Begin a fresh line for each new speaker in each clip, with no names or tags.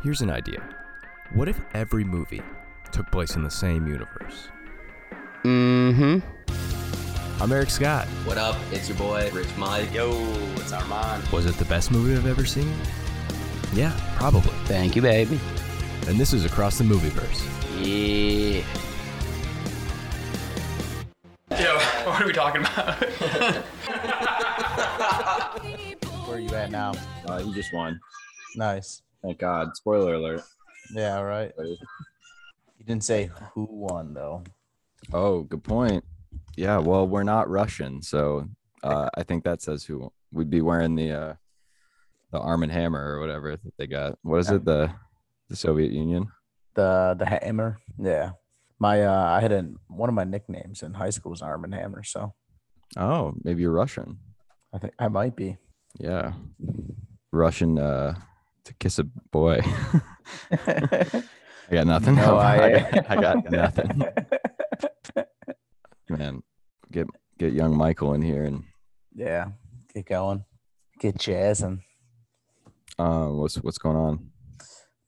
Here's an idea. What if every movie took place in the same universe?
Mm hmm.
I'm Eric Scott.
What up? It's your boy, Rich Mike.
Yo, it's Armand.
Was it the best movie I've ever seen? Yeah, probably.
Thank you, baby.
And this is Across the Movieverse.
Yeah.
Yo, what are we talking about?
Where are you at now?
Uh, he just won.
Nice.
Thank God. Spoiler alert.
Yeah, all right. You didn't say who won though.
Oh, good point. Yeah, well, we're not Russian, so uh, I think that says who we'd be wearing the uh, the Arm and Hammer or whatever that they got. What is it? The the Soviet Union.
The the hammer. Yeah. My uh I had an one of my nicknames in high school was Arm and Hammer, so
Oh, maybe you're Russian.
I think I might be.
Yeah, Russian uh, to kiss a boy. I got nothing.
No,
I,
I-
got, I got nothing. Man, get get young Michael in here and
yeah. Get going. Get jazzing.
uh, what's what's going on?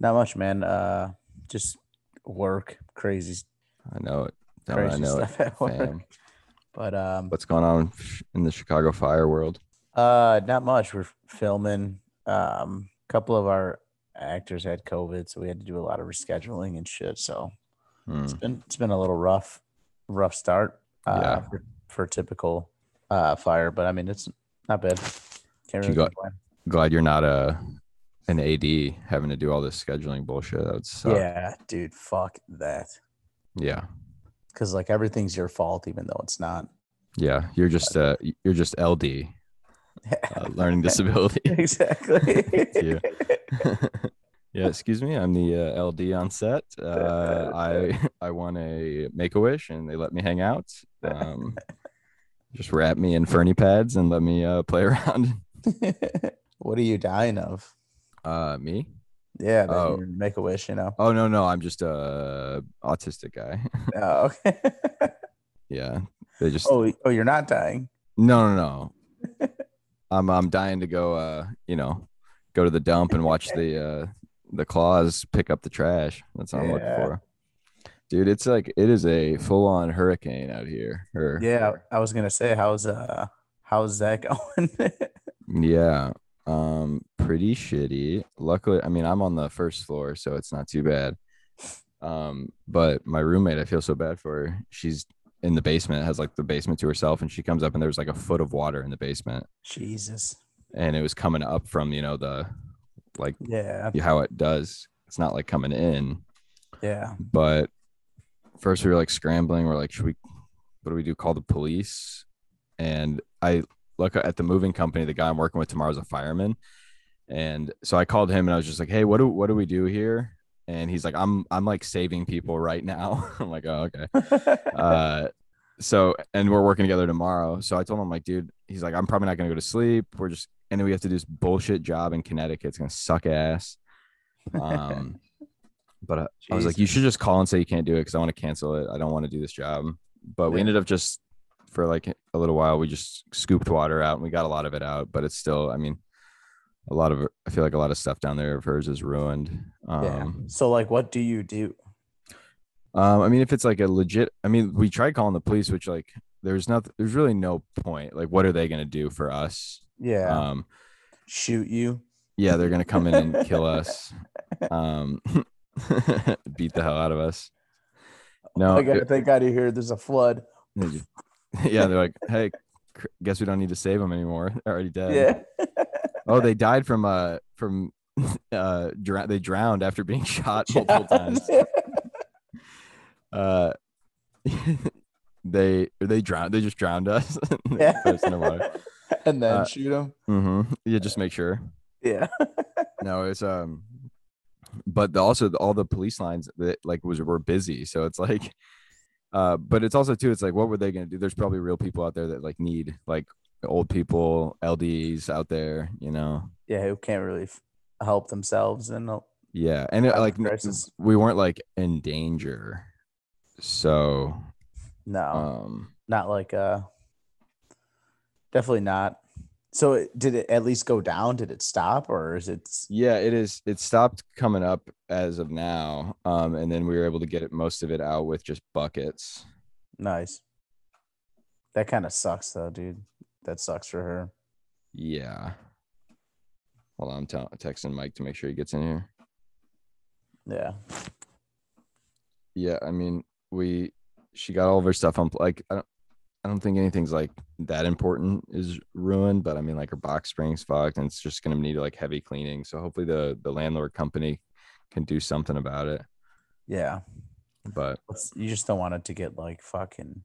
Not much, man. Uh just work. Crazy
I know it. Don't I
crazy
know it.
stuff at work.
Fam.
But um
What's going on in the Chicago fire world?
Uh, not much. We're filming. Um, a couple of our actors had COVID, so we had to do a lot of rescheduling and shit. So
Hmm.
it's been it's been a little rough, rough start. Uh,
Yeah.
for, for typical uh fire, but I mean it's not bad. Can't
You
really
got-
complain.
Glad you're not a an AD having to do all this scheduling bullshit. That would suck.
yeah, dude, fuck that.
yeah,
Because like everything's your fault, even though it's not.
yeah. You're just uh, you're just LD, uh, learning disability.
exactly.
you. yeah, excuse me. I'm the uh, LD on set. Uh, I I won a Make a Wish, and they let me hang out. Um, just wrap me in ferny pads and let me uh, play around.
what are you dying of?
Uh, me?
Yeah, that
Oh.
you make a wish, you know.
Oh no, no. I'm just a uh, autistic guy.
Oh, okay.
yeah, they just.
Oh, y- oh, you're not dying.
No, no, no. I'm I'm dying to go. Uh, you know, go to the dump and watch the uh the claws pick up the trash. That's what I'm looking
Yeah.
for. Dude, it's like it is a full on hurricane out here. Or,
Yeah, I was gonna say, how's uh, how's that going?
yeah. Um, pretty shitty. Luckily, I mean, I'm on the first floor, so it's not too bad. Um, but my roommate, I feel so bad for her. She's in the basement, has like the basement to herself, and she comes up and there's like a foot of water in the basement.
Jesus.
and it was coming up from you know the like
Yeah,
how it does it's not like coming in
yeah,
but first we were like scrambling we're like should we what do we do call the police and i look at the moving company the guy i'm working with tomorrow's a fireman and so i called him and i was just like hey what do what do we do here and he's like i'm i'm like saving people right now i'm like oh okay uh so and we're working together tomorrow so i told him like dude he's like i'm probably not gonna go to sleep we're just and then we have to do this bullshit job in connecticut it's gonna suck ass um but I, I was like you should just call and say you can't do it because i want to cancel it i don't want to do this job but we
Yeah.
ended up just for like a little while we just scooped water out and we got a lot of it out but it's still i mean a lot of her- i feel like a lot of stuff down there of hers is ruined um
yeah. So, like, what do you do?
um, I mean, if it's like a legit, I mean, we tried calling the police, which like there's not, there's really no point. Like, what are they gonna do for us?
Yeah,
Um,
shoot you.
yeah, they're gonna come in and kill us, um, beat the hell out of us. No,
I gotta thank Oh God you here. There's a flood.
it- yeah, they're like, hey, cr- guess we don't need to save them anymore. They're already dead.
Yeah,
Oh, they died from uh from uh dr- they drowned after being shot multiple times. uh they they drowned they just drowned us
Yeah. and then
Uh,
shoot him.
mm-hmm. yeah just make sure
Yeah,
no it's um but the, also the, all the police lines that like was were busy so it's like uh but it's also too it's like what were they gonna do there's probably real people out there that like need like old people lds out there you know
yeah, who can't really f- help themselves and uh,
yeah and it,
Out of
like n-
crisis.
we weren't like in danger so
no,
um
not like uh, definitely not. So it, did it at least go down? Did it stop, or is it?
Yeah, it is. It stopped coming up as of now. Um, and then we were able to get it, most of it out with just buckets.
Nice. That kind of sucks though, dude. That sucks for her.
Yeah. Hold on, I'm tell- texting Mike to make sure he gets in here.
Yeah.
Yeah, I mean, we she got all of her stuff on like I don't I don't think anything's like that important is ruined, but I mean like her box springs fucked and it's just gonna need like heavy cleaning. So hopefully the the landlord company can do something about it.
Yeah.
But
It's- You just don't want it to get like fucking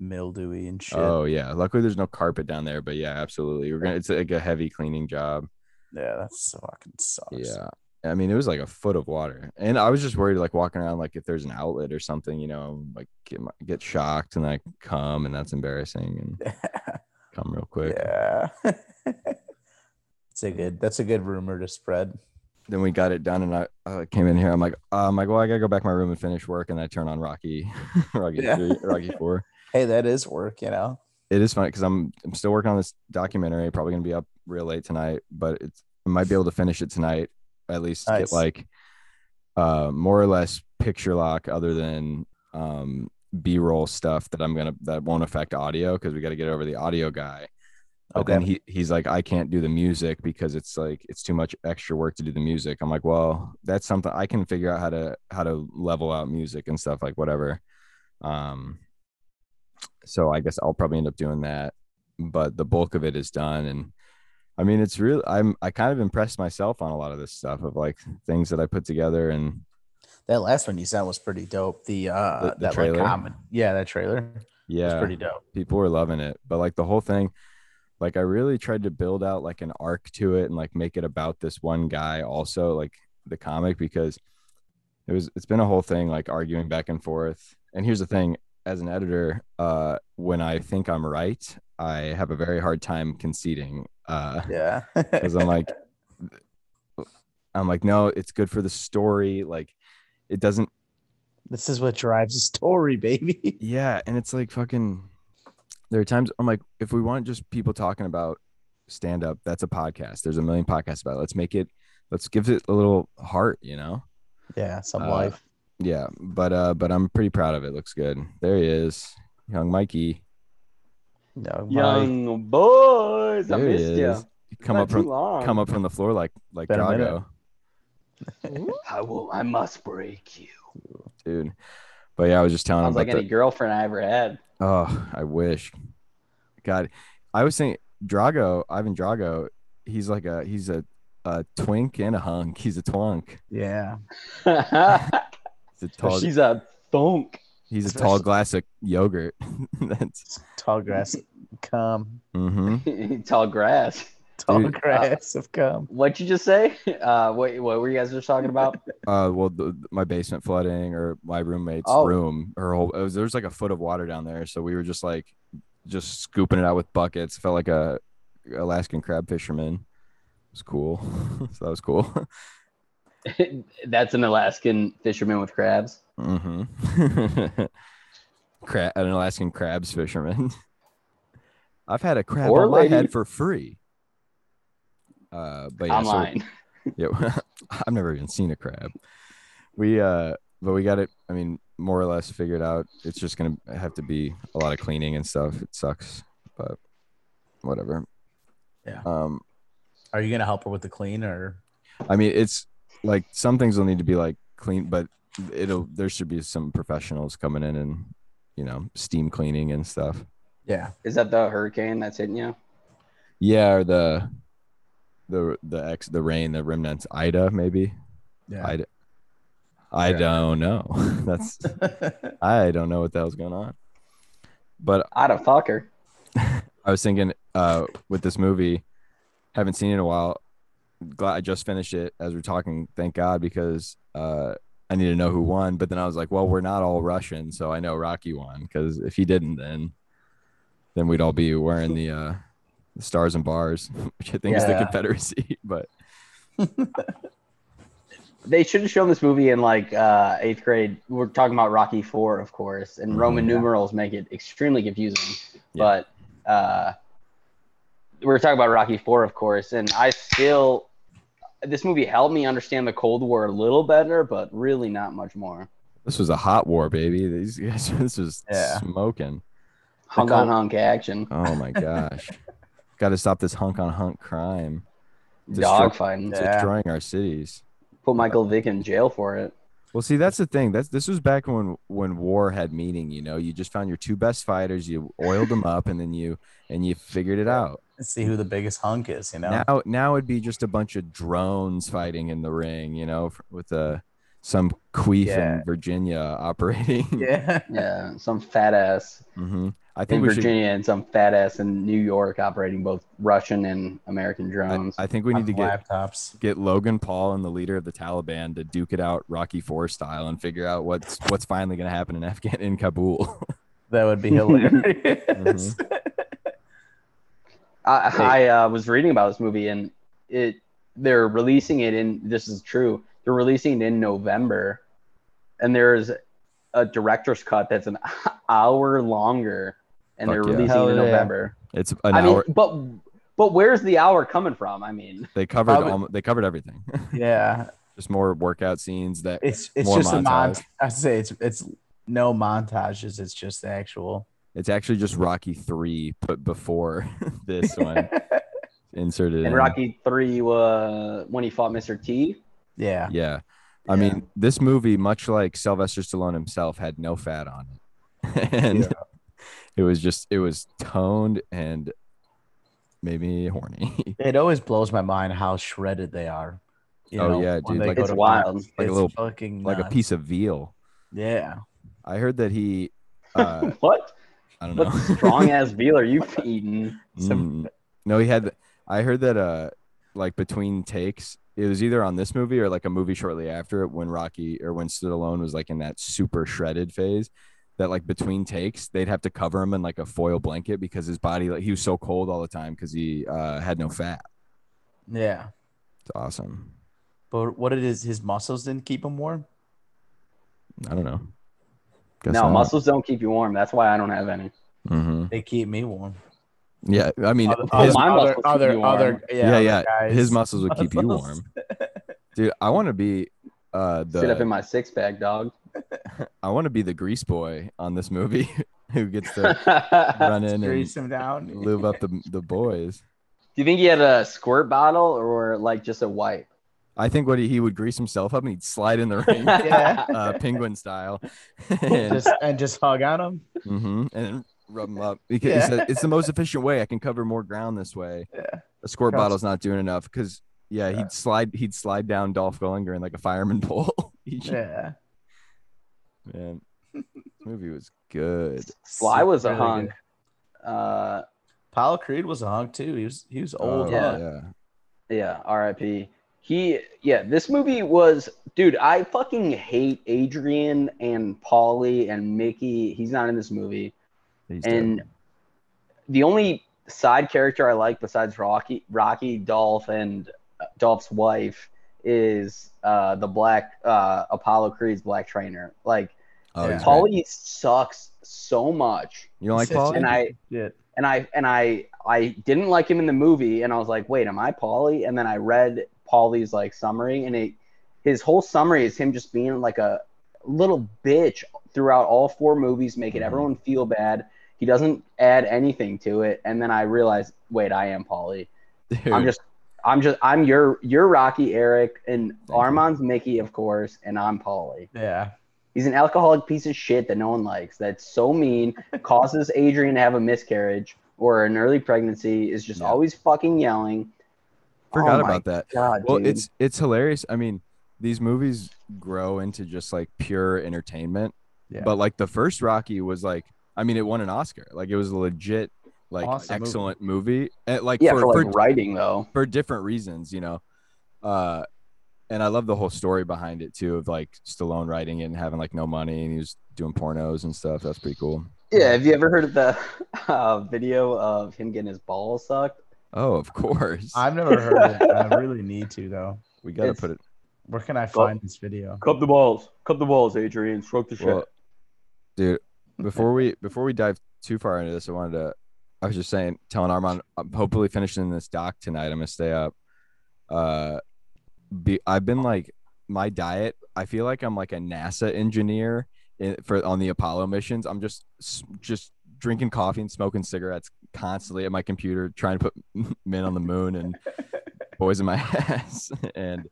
mildewy and shit.
oh yeah, luckily there's no carpet down there, but yeah, absolutely. We're gonna it's like a heavy cleaning job.
Yeah, that's fucking sucks.
Yeah. I mean, it was like a foot of water, and I was just worried, like walking around, like if there's an outlet or something, you know, like get my- get shocked and like come, and that's embarrassing, and come real quick.
yeah. it's a good. That's a good rumor to spread.
Then we got it done, and I uh, came in here. I'm like, uh, I'm like, well, I gotta go back to my room and finish work, and I turn on Rocky, Rocky,
Yeah.
three, Rocky four.
Hey, that is work, you know.
It is funny because I'm I'm still working on this documentary, probably gonna be up real late tonight, but it's I might be able to finish it tonight, at least
Nice.
get like uh more or less picture lock other than um b-roll stuff that i'm gonna that won't affect audio because we got to get over the audio guy but then
Okay.
he he's like i can't do the music because it's like it's too much extra work to do the music i'm like well that's something i can figure out how to how to level out music and stuff like whatever um so i guess i'll probably end up doing that but the bulk of it is done and i mean it's real i'm i kind of impressed myself on a lot of this stuff of like things that i put together and
That last one you sent was pretty dope. The uh,
The- the
that like,
trailer?
comment. Yeah, that trailer
yeah
was pretty dope.
people were loving it but like the whole thing like i really tried to build out like an arc to it and like make it about this one guy also like the comic because it was it's been a whole thing like arguing back and forth and here's the thing as an editor uh when i think i'm right i have a very hard time conceding uh
Yeah.
because I'm like, I'm like, no, it's good for the story. Like, it doesn't.
this is what drives the story, baby.
Yeah, and it's like fucking. There are times I'm like, if we want just people talking about stand up, that's a podcast. There's a million podcasts about. It. Let's make it. Let's give it a little heart, you know.
Yeah, some
Uh,
life.
Yeah, but uh, but I'm pretty proud of it. Looks good. There he is, young Mikey.
No, my,
Young boys, I
There he
missed
is.
you.
Come up from come up from the floor like like
Been a minute.
Drago.
I will. I must break you.
dude. Uh, But yeah, I was just telling him
Sounds
about
like
the-
any girlfriend I ever had.
Oh, I wish. God, I was saying Drago, Ivan Drago. He's like a he's a, a twink and a hunk. He's a twunk.
yeah.
He's a tall.
She's a thunk.
he's a tall glass of yogurt. That's
Tall grass come.
Mm-hmm.
hmm
Tall grass.
Tall
Dude,
grass of come.
What'd you just say? Uh, what, what were you guys just talking about?
uh well the, my basement flooding or my roommate's
Oh.
room her whole it was, there was like a foot of water down there so we were just like just scooping it out with buckets felt like a Alaskan crab fisherman it was cool so that was cool
That's an Alaskan fisherman with crabs.
Mm-hmm. Cra- an Alaskan crabs fisherman. I've had a crab
Or
on my
lady.
head for free. Uh, but yeah, so-
Online.
yeah, I've never even seen a crab. We uh, but we got it. I mean, more or less figured out. It's just gonna have to be a lot of cleaning and stuff. It sucks, but whatever.
Yeah.
Um,
Are you gonna help her with the clean or
I mean, it's like some things will need to be like clean, but it'll there should be some professionals coming in and you know steam cleaning and stuff.
yeah.
Is that the hurricane that's hitting you?
Yeah, or the the the ex the rain the remnants Ida maybe
Yeah.
Ida. I
Yeah.
don't know. That's I don't know what the hell's going on. But
I'd have fuck her.
I was thinking uh with this movie, haven't seen it in a while. Glad I just finished it as we're talking, thank God, because uh I need to know who won. But then I was like, well, we're not all Russian, so I know Rocky won, because if he didn't then then we'd all be wearing the uh the stars and bars, which I think is the
Yeah.
Confederacy. But
They should have shown this movie in like uh, eighth grade. We're talking about Rocky Four, of course,
Mm-hmm.
and Roman numerals make it extremely confusing.
Yeah.
But uh, we were talking about Rocky Four, of course, and I still this movie helped me understand the Cold War a little better, but really not much more.
This was a hot war, baby. These guys, this was
Yeah.
smoking.
Hunk on hunk action,
Oh my gosh. Got to stop this hunk on hunk crime. Destroy-
dogfighting.
Yeah.
Destroying our cities.
Put Michael Vick in jail for it.
Well, see, that's the thing. That's this was back when when war had meaning. You know, you just found your two best fighters, you oiled them up, and then you and you figured it out.
Let's see who the biggest hunk is, you know?
Now, now it'd be just a bunch of drones fighting in the ring. You know, f- with a some queef
Yeah.
in Virginia operating.
Yeah.
Yeah, some fat ass
hmm I
in
think we should.
Virginia and some fat ass in New York operating both Russian and American
I,
drones.
I think we need to
On
get
laptops.
get Logan Paul and the leader of the Taliban to duke it out Rocky Four style and figure out what's what's finally going to happen in Afghan in Kabul.
That would be hilarious.
I, I uh, was reading about this movie and it they're releasing it in this is true they're releasing it in November and there's a director's cut that's an hour longer and
Fuck
they're
yeah.
releasing
Hell
it in
yeah.
November.
it's an
I mean,
hour.
but but where's the hour coming from? I mean,
They covered
Probably-
almo- they covered everything.
yeah.
just more workout scenes that
It's it's
Mm-hmm. More
just a
montage.
montage. I say it's it's no montages. It's just the actual.
it's actually just Rocky three put before this one inserted.
in
in.
Rocky Three, uh, when he fought Mr. T,
yeah.
yeah. I mean, this movie, much like Sylvester Stallone himself, had no fat on it, and
Yeah.
it was just it was toned and made me horny.
It always blows my mind how shredded they are. You
Oh,
know,
yeah,
when
dude,
they
like-
go
It's
to
wild.
box.
Like a
It's
little-
fucking
like a
nuts.
piece of veal.
Yeah.
I heard that he, uh,
what
I don't know,
what strong ass veal are you eating?
Some-
Mm. No, he had. I heard that uh, like between takes, it was either on this movie or like a movie shortly after it when Rocky or when Stallone was like in that super shredded phase. That like between takes, they'd have to cover him in like a foil blanket because his body, like he was so cold all the time because he uh, had no fat.
Yeah.
It's awesome.
But what it is, his muscles didn't keep him warm.
I don't know. Guess
No,
not.
muscles don't keep you warm. That's why I don't have any.
Mhm.
They keep me warm.
Yeah, I mean,
Other,
his,
my
other,
muscles keep
other,
you warm.
other, yeah,
yeah,
other
yeah,
guys.
his muscles would keep you
muscles.
warm, dude. I want to be uh, the
Sit up in my six pack, dog.
I want to be the grease boy on this movie who gets to run in and
Grease him down.
live up the, the boys.
Do you think he had a squirt bottle or like just a wipe?
I think what he, he would grease himself up and he'd slide in the ring,
Yeah.
uh, penguin style, and,
just and just hug on him.
mhm, and rub him up. Because
Yeah.
he said, it's the most efficient way. I can cover more ground this way.
Yeah.
A squirt
Cross-
bottle's not doing enough because yeah, he'd slide he'd slide down Dolph Gullinger in like a fireman pole. He should-
Yeah.
Man, this movie was good.
Well, I was a
Really good.
hunk. Uh,
Paul Creed was a hunk too. He was he was old.
Oh,
hunk.
yeah.
yeah, R.I.P. He, yeah, this movie was, dude. I fucking hate Adrian and Polly and Mickey. He's not in this movie.
He's dead.
And the only side character I like besides Rocky, Rocky Dolph, and uh, Dolph's wife is uh, the black uh, Apollo Creed's black trainer. Like,
oh, he's great.
Polly sucks so much.
You don't like
It's-
Paul?
and I
Yeah.
and I and I I didn't like him in the movie, and I was like, wait, am I Polly? And then I read Polly's like summary, and it his whole summary is him just being like a little bitch throughout all four movies, making
Mhm.
everyone feel bad. He doesn't add anything to it, and then I realized, wait, I am Polly. I'm just. I'm just I'm your your Rocky Eric and
you.
Armand's Mickey of course and I'm Polly.
Yeah.
He's an alcoholic piece of shit that no one likes. That's so mean, causes Adrian to have a miscarriage or an early pregnancy, is just
Yeah.
always fucking yelling.
forgot
Oh my
about that.
God,
well
dude.
it's it's hilarious i mean these movies grow into just like pure entertainment
Yeah.
but like the first rocky was like i mean it won an oscar like it was a legit like
Awesome movie.
excellent movie, And, like
yeah,
for,
for, like
for,
writing though.
for different reasons you know uh and i love the whole story behind it too of like stallone writing it and having like no money and he was doing pornos and stuff that's pretty cool
Yeah, have you ever heard of the uh, video of him getting his balls sucked?
oh of course
I've never heard of it. but I really need to though.
we gotta
it's-
put it
Where can I find this video?
Cup the balls, cup the balls, Adrian. Stroke the
Well, dude, before we before we dive too far into this, I wanted to I was just saying, telling Armand, I'm hopefully finishing this doc tonight. I'm gonna stay up. Uh, be, I've been like my diet. I feel like I'm like a NASA engineer in, for on the Apollo missions. I'm just s- just drinking coffee and smoking cigarettes constantly at my computer, trying to put men on the moon and boys in my ass. and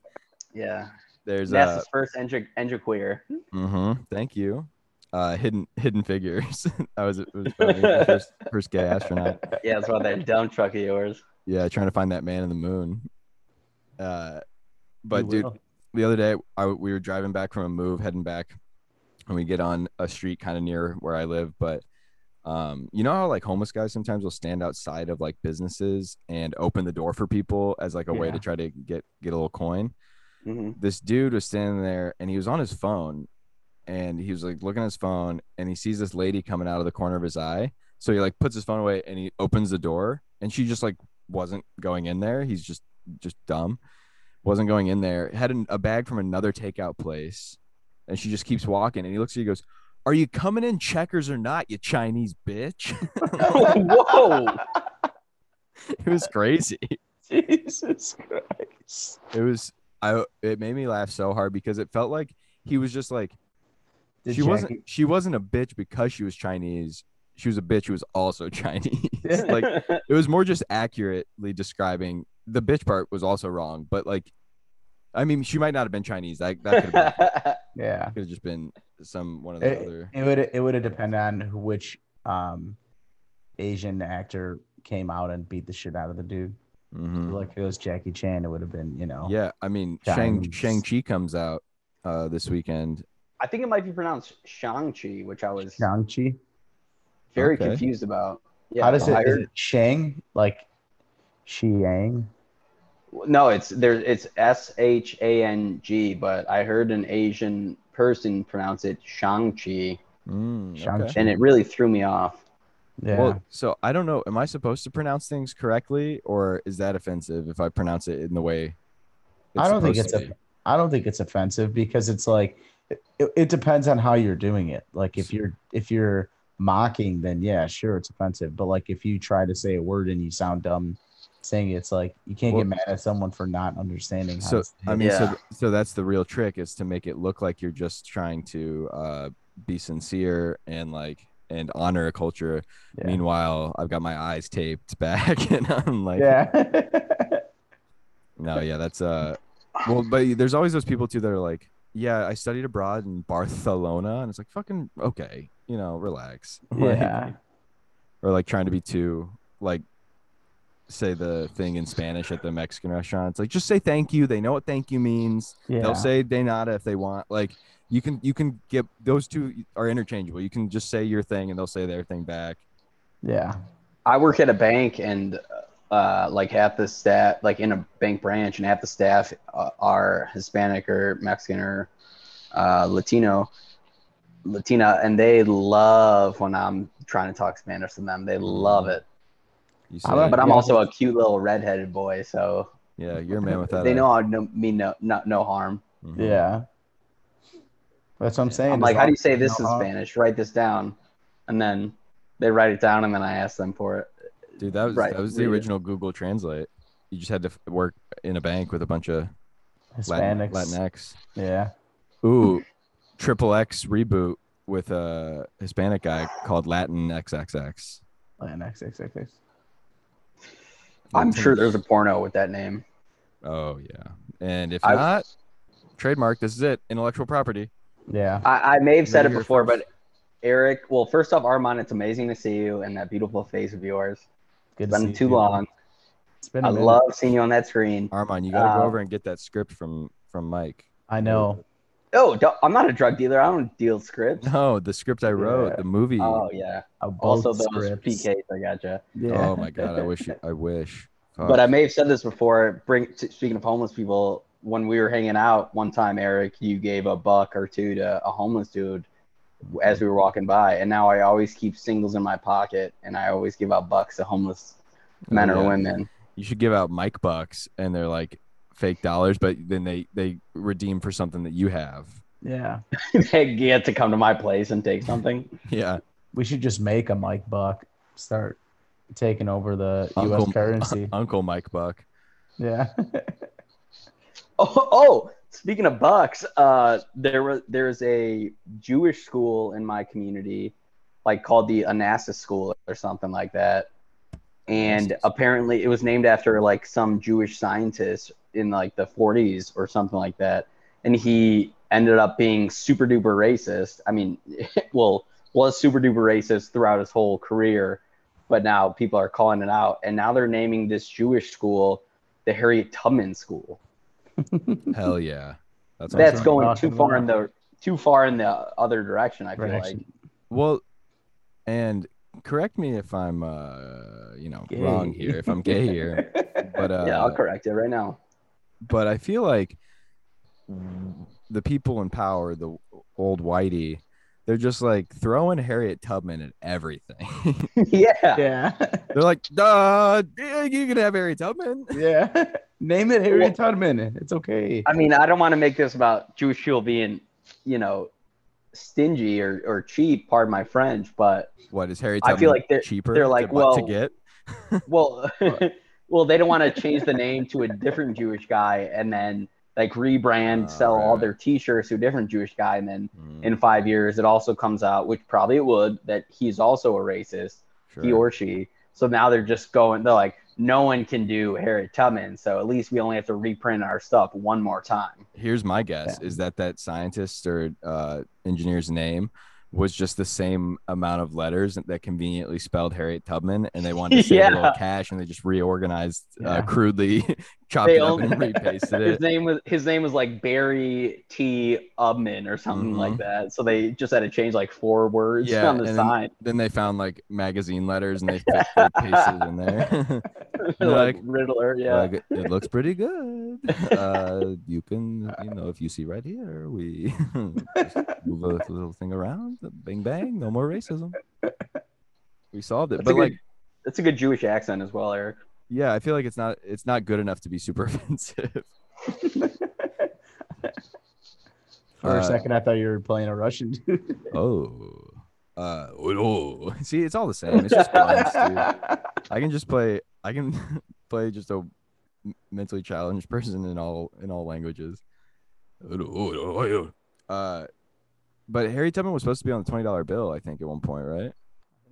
Yeah.
there's uh,
NASA's first enter enterqueer.
Mm-hmm. Thank you. Uh, hidden Hidden Figures. that was, it was funny. The first, first gay astronaut.
Yeah, that's about that dump truck of yours.
Yeah, trying to find that man in the moon. Uh, but
You
dude,
will.
the other day I, we were driving back from a move, heading back, and we get on a street kind of near where I live. But um, you know how like homeless guys sometimes will stand outside of like businesses and open the door for people as like a way
Yeah.
to try to get get a little coin
hmm
this dude was standing there and he was on his phone and he was like looking at his phone and he sees this lady coming out of the corner of his eye. So he like puts his phone away and he opens the door and she just like wasn't going in there. He's just just dumb. Wasn't going in there. Had an, a bag from another takeout place and she just keeps walking and he looks at you and goes, "Are you coming in checkers or not, you Chinese bitch?"
Whoa!
it was crazy.
Jesus Christ.
It was I it made me laugh so hard because it felt like he was just like
Did
she
Jackie-
wasn't she wasn't a bitch because she was Chinese. She was a bitch who was also Chinese. like it was more just accurately describing the bitch part was also wrong, but like I mean she might not have been Chinese. That that could have
Yeah.
been, could've just been some one of the
It,
other
it would it would have depended on who- which um Asian actor came out and beat the shit out of the dude.
Mhm.
Like if it was Jackie Chan, it would have been, you know.
Yeah, I mean Shang
Chinese.
Shang Chi comes out uh this weekend.
I think it might be pronounced Shang-Chi, which I was
Shang-Chi.
very
Okay.
confused about. Yeah,
How does it,
I
is
heard-
it Shang? Like Xiang?
No, it's there. It's S H A N G, but I heard an Asian person pronounce it Shang-Chi,
Mm,
Shang-Chi.
okay.
and it really threw me off.
Yeah.
Well, so I don't know. Am I supposed to pronounce things correctly, or is that offensive if I pronounce it in the way?
I don't think
supposed
it's
to
a-
be?
I don't think it's offensive because it's like it, it depends on how you're doing it. Like if you're if you're mocking, then yeah, sure, it's offensive. But like if you try to say a word and you sound dumb saying it, it's like you can't
Well-
get mad at someone for not understanding. How
so
to say
i
it.
mean so
Yeah.
th- so that's the real trick is to make it look like you're just trying to uh be sincere and like and honor a culture
Yeah.
meanwhile i've got my eyes taped back and i'm like
yeah,
no yeah that's uh well but there's always those people too that are like yeah i studied abroad in barcelona and it's like fucking okay you know relax Like,
yeah.
or like trying to be too like say the thing in spanish at the mexican restaurant it's like just say thank you they know what thank you means
yeah.
They'll say de nada if they want. Like you can you can get those two are interchangeable. You can just say your thing and they'll say their thing back.
yeah.
I work at a bank, and uh, like half the staff, like in a bank branch, and half the staff uh, are Hispanic or Mexican or uh, Latino, Latina, and they love when I'm trying to talk Spanish to them. They love it.
You say,
I don't-
But I'm
Yeah.
also a cute little redheaded boy, so
yeah, you're a man without.
they
a,
know I no, mean no, not no harm.
Mhm.
Yeah. That's what I'm saying.
I'm
It's
like, how do you say
all-
this in
all-
Spanish? Write this down, and then they write it down, and then I ask them for it.
dude. That was
Right,
that was the
read it.
original Google Translate. You just had to f- work in a bank with a bunch of Latin,
Hispanics.
Latinx.
Yeah.
Ooh, triple X reboot with a Hispanic guy called Latin XXX.
Latinx. X, X, X.
I'm
Latin-
sure there's a porno with that name.
Oh yeah, and if
I-
not, trademark. This is it. Intellectual property.
Yeah.
I, I may have said
Maybe
it
you're
before,
first.
but Eric, well, first off, Armand, it's amazing to see you and that beautiful face of yours.
Good
It's
to
been
see
too
you.
long.
It's been a
I
minute.
love seeing you on that screen.
Armand, you gotta go
Uh,
over and get that script from from Mike.
I know.
Oh, don't, I'm not a drug dealer. I don't deal scripts.
No, the script I wrote,
Yeah.
the movie.
Oh
Oh,
yeah.
Uh, both
Also those
scripts.
PKs, I gotcha.
Yeah.
Oh my god, I wish. I wish.
But I may have said this before. Bring t- speaking of homeless people, when we were hanging out one time, Eric, you gave a buck or two to a homeless dude as we were walking by, and now I always keep singles in my pocket, and I always give out bucks to homeless men
Oh,
or
yeah.
women.
you should give out Mike bucks, and they're like fake dollars, but then they they redeem for something that you have.
Yeah.
they get to come to my place and take something.
Yeah,
We should just make a Mike Buck start taking over the
Uncle-
U.S. currency.
Uncle Mike Buck.
yeah.
Oh, oh speaking of bucks, uh, there was there's a Jewish school in my community, like called the Anassa School or something like that, and apparently it was named after like some Jewish scientist in like the 40s or something like that, and he ended up being super duper racist. I mean, well, was super duper racist throughout his whole career, but now people are calling it out, and now they're naming this Jewish school the Harriet Tubman School
Hell yeah. That's
that's
Rock
going
and
too
roll.
far in the too far in the other direction. I feel
Direction.
like
Well, and correct me if I'm, uh, you know,
Gay.
wrong here, if I'm gay here, but uh,
yeah, I'll correct it right now.
but I feel like the people in power, the old whitey, they're just like throwing Harriet Tubman at everything.
yeah.
yeah.
they're like, duh, yeah, you can have Harriet Tubman.
Yeah. Name it Harriet Tubman. It's okay.
I mean, I don't want to make this about Jewish people being, you know, stingy or, or cheap. Pardon my French, but
What is Harriet
I
Tubman
feel like they're-
cheaper?
they're
to
like,
bu- to
well-
get
well, well, they don't want to change the name to a different Jewish guy and then like rebrand,
Uh,
sell
right,
all
right.
their T-shirts to a different Jewish guy, and then
Mm,
in five years it also comes out, which probably it would, that he's also a racist.
sure.
he or she. So now they're just going, they're like, no one can do Harriet Tubman. So at least we only have to reprint our stuff one more time.
here's my guess is that that scientist or uh, engineer's name was just the same amount of letters that conveniently spelled Harriet Tubman, and they wanted to save a little
Yeah.
cash, and they just reorganized uh,
Yeah.
crudely, chopped
They
it up
only-
and repasted
His
it.
name was his name was like Barry T. Ubman or something
Mhm.
like that. So they just had to change like four words
Yeah,
on the
and
sign.
Then they found like magazine letters, and they fit- they pasted it in there.
like,
like-
Riddler, yeah.
Like, it looks pretty good. Uh, you can, you know, if you see right here, we just move a little thing around. Bing bang, no more racism. We solved it,
That's a
but
good-
like.
That's a good Jewish accent as well, Eric.
Yeah, I feel like it's not it's not good enough to be super offensive.
For
Uh,
a second, I thought you were playing a Russian dude.
Oh. Uh oh. See, it's all the same. It's just blunts, dude. I can just play I can play just a m- mentally challenged person in all in all languages. Uh but Harry Tubman was supposed to be on the twenty dollar bill, I think, at one point, right?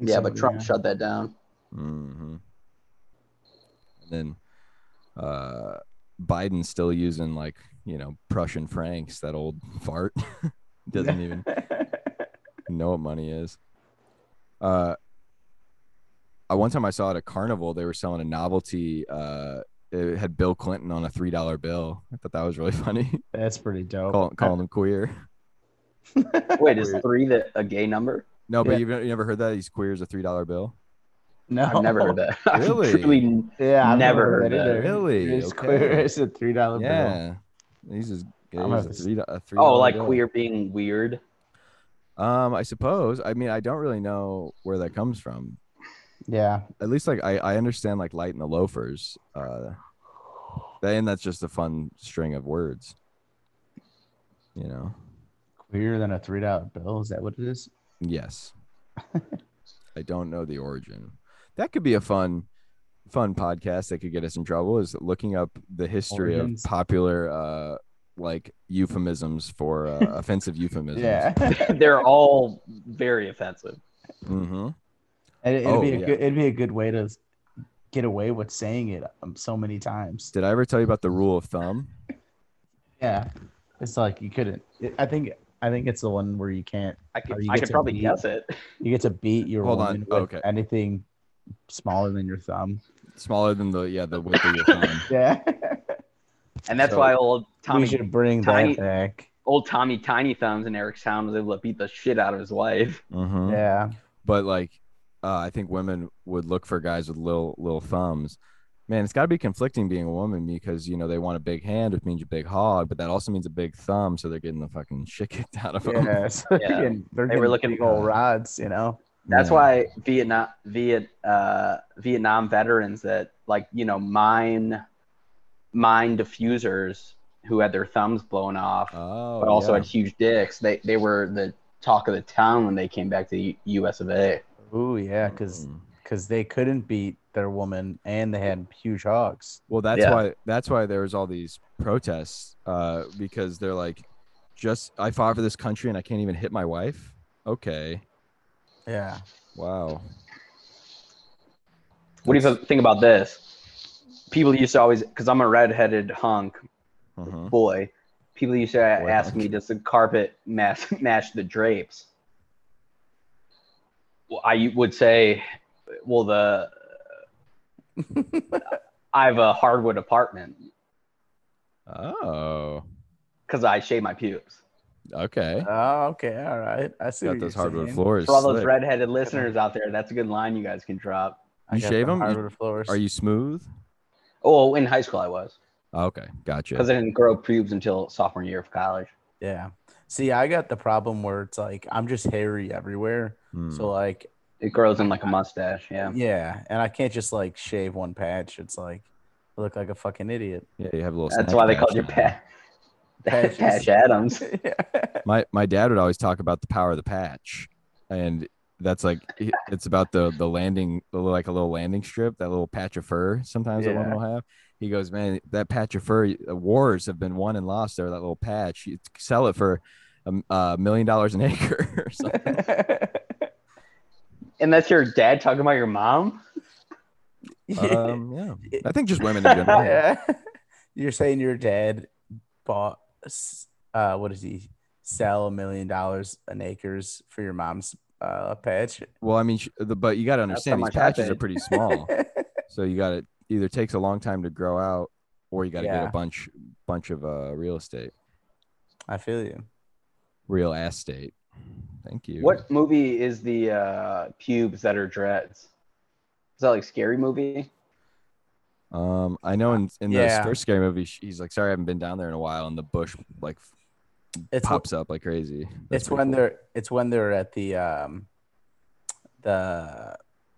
Yeah, but Trump
Yeah.
shut that down.
Mm-hmm. And then uh Biden's still using like, you know, Prussian francs, that old fart. Doesn't even know what money is. Uh I one time I saw at a carnival they were selling a novelty uh it had Bill Clinton on a three dollar bill. I thought that was really funny.
That's pretty dope.
Call, calling him queer.
Wait, is three the, a gay number?
No, but
Yeah.
you've you never heard that he's queer as a three dollar bill.
no,
I've never heard that. I've
Really?
truly-
Yeah, I've
Never heard that.
either.
Really?
It's
Okay.
clear. It's a three dollar bill.
Yeah, he's as gay
I'm gonna
as a
have to-
three. do- a $3
oh, like
bill.
queer being weird.
Um, I suppose. I mean, I don't really know where that comes from.
Yeah,
At least, like, I, I understand like light and the loafers. Uh, and that's just a fun string of words. You know.
queer than a three dollar bill. Is that what it is?
Yes. I don't know the origin. That could be a fun, fun podcast that could get us in trouble. Is looking up the history
Origins.
of popular, uh, like euphemisms for uh, offensive euphemisms.
Yeah,
They're all very offensive.
hmm
And it, would
Oh,
be a
yeah.
good. It'd be a good way to get away with saying it um, so many times.
Did I ever tell you about the rule of thumb?
Yeah, it's like you couldn't. it- I think. I think it's the one where you can't.
I
Or
could,
you
I
get
could
to
probably
read.
guess it.
You get to beat your
Hold on.
woman with
Okay.
anything smaller than your thumb.
Smaller than the yeah the width of your thumb.
Yeah,
And that's
So-
why old
we
Tommy,
should bring
Tiny-
that back.
old Tommy Tiny Thumbs and Eric Town was able to beat the shit out of his wife.
Mhm.
Yeah,
But like, uh, I think women would look for guys with little little thumbs. Man, it's got to be conflicting being a woman because you know they want a big hand, which means a big hog, but that also means a big thumb, so they're getting the fucking shit kicked out of them.
yeah. so
Yeah.
again, they're
They were
getting
looking-
big old rods, you know.
That's
Yeah.
why Vietnam Viet uh, Vietnam veterans that like you know mine mine diffusers who had their thumbs blown off,
Oh,
but also
yeah.
had huge dicks. They they were the talk of the town when they came back to the U- U.S. of A.
Oh yeah, because
Mm.
because they couldn't beat their woman and they had huge hogs.
Well, that's
Yeah.
why that's why there was all these protests uh, because they're like, just I fought for this country and I can't even hit my wife. Okay,
Yeah.
wow.
What do you think about this? People used to always, because I'm a redheaded hunk
Uh-huh.
boy. People used to
Boy
ask
hunk.
me, does the carpet match match the drapes? Well, I would say, well, the I have a hardwood apartment
Oh,
because I shave my pubes.
okay.
Oh, okay. All right. I see.
Got
what
those
you're
hardwood
saying.
floors.
For all those
slick.
redheaded listeners out there, that's a good line you guys can drop.
I
You
got
shave
the
'em? You-
Hardwood floors.
Are you smooth? Oh,
Oh, in high school I was
Okay, gotcha.
because I didn't grow pubes until sophomore year of college.
Yeah. See, I got the problem where it's like I'm just hairy everywhere.
Hmm.
So like
It grows in like a mustache. Yeah.
Yeah, and I can't just like shave one patch. It's like I look like a fucking idiot.
yeah, you have a little.
That's
snack
why they
patch
called you
down there.
Pat. Patch,
Patches.
Adams.
My my dad would always talk about the power of the patch, and that's like he- it's about the the landing, the little- like a little landing strip, that little patch of fur. Sometimes a woman
Yeah.
will have. He goes, man, that patch of fur. uh, Wars have been won and lost there. That little patch, you sell it for a m- a million dollars an acre or something.
And that's your dad talking about your mom?
um, yeah, I think just women in general.
Yeah. You're saying your dad bought s- uh what does he sell a million dollars an acres for your mom's uh patch?
Well, I mean, sh- the, but you got to
That's how
understand these
much I
patches are
paid.
pretty small, so you got to either takes a long time to grow out, or you got to get
Yeah.
a bunch bunch of uh, real estate,
I feel you.
real estate. Thank you.
What movie is the uh, pubes that are dreads? Is that like scary movie?
Um, I know in in the
Yeah.
first scary movie, sh- he's like, "Sorry, I haven't been down there in a while," and the bush like f-
It's wh-
pops up like crazy. That's
it's
pretty
when
cool.
they're it's when they're at the um the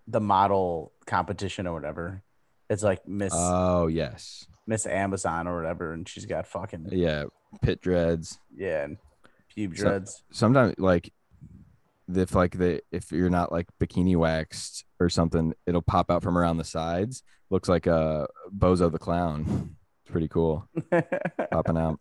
the model competition or whatever. It's like Miss
Oh yes,
Miss Amazon or whatever, and she's got fucking yeah,
yeah, pit dreads.
and pube
So-
dreads.
sometimes like if like the if you're not like bikini waxed or something, it'll pop out from around the sides. Looks like a bozo the clown. It's pretty cool popping out.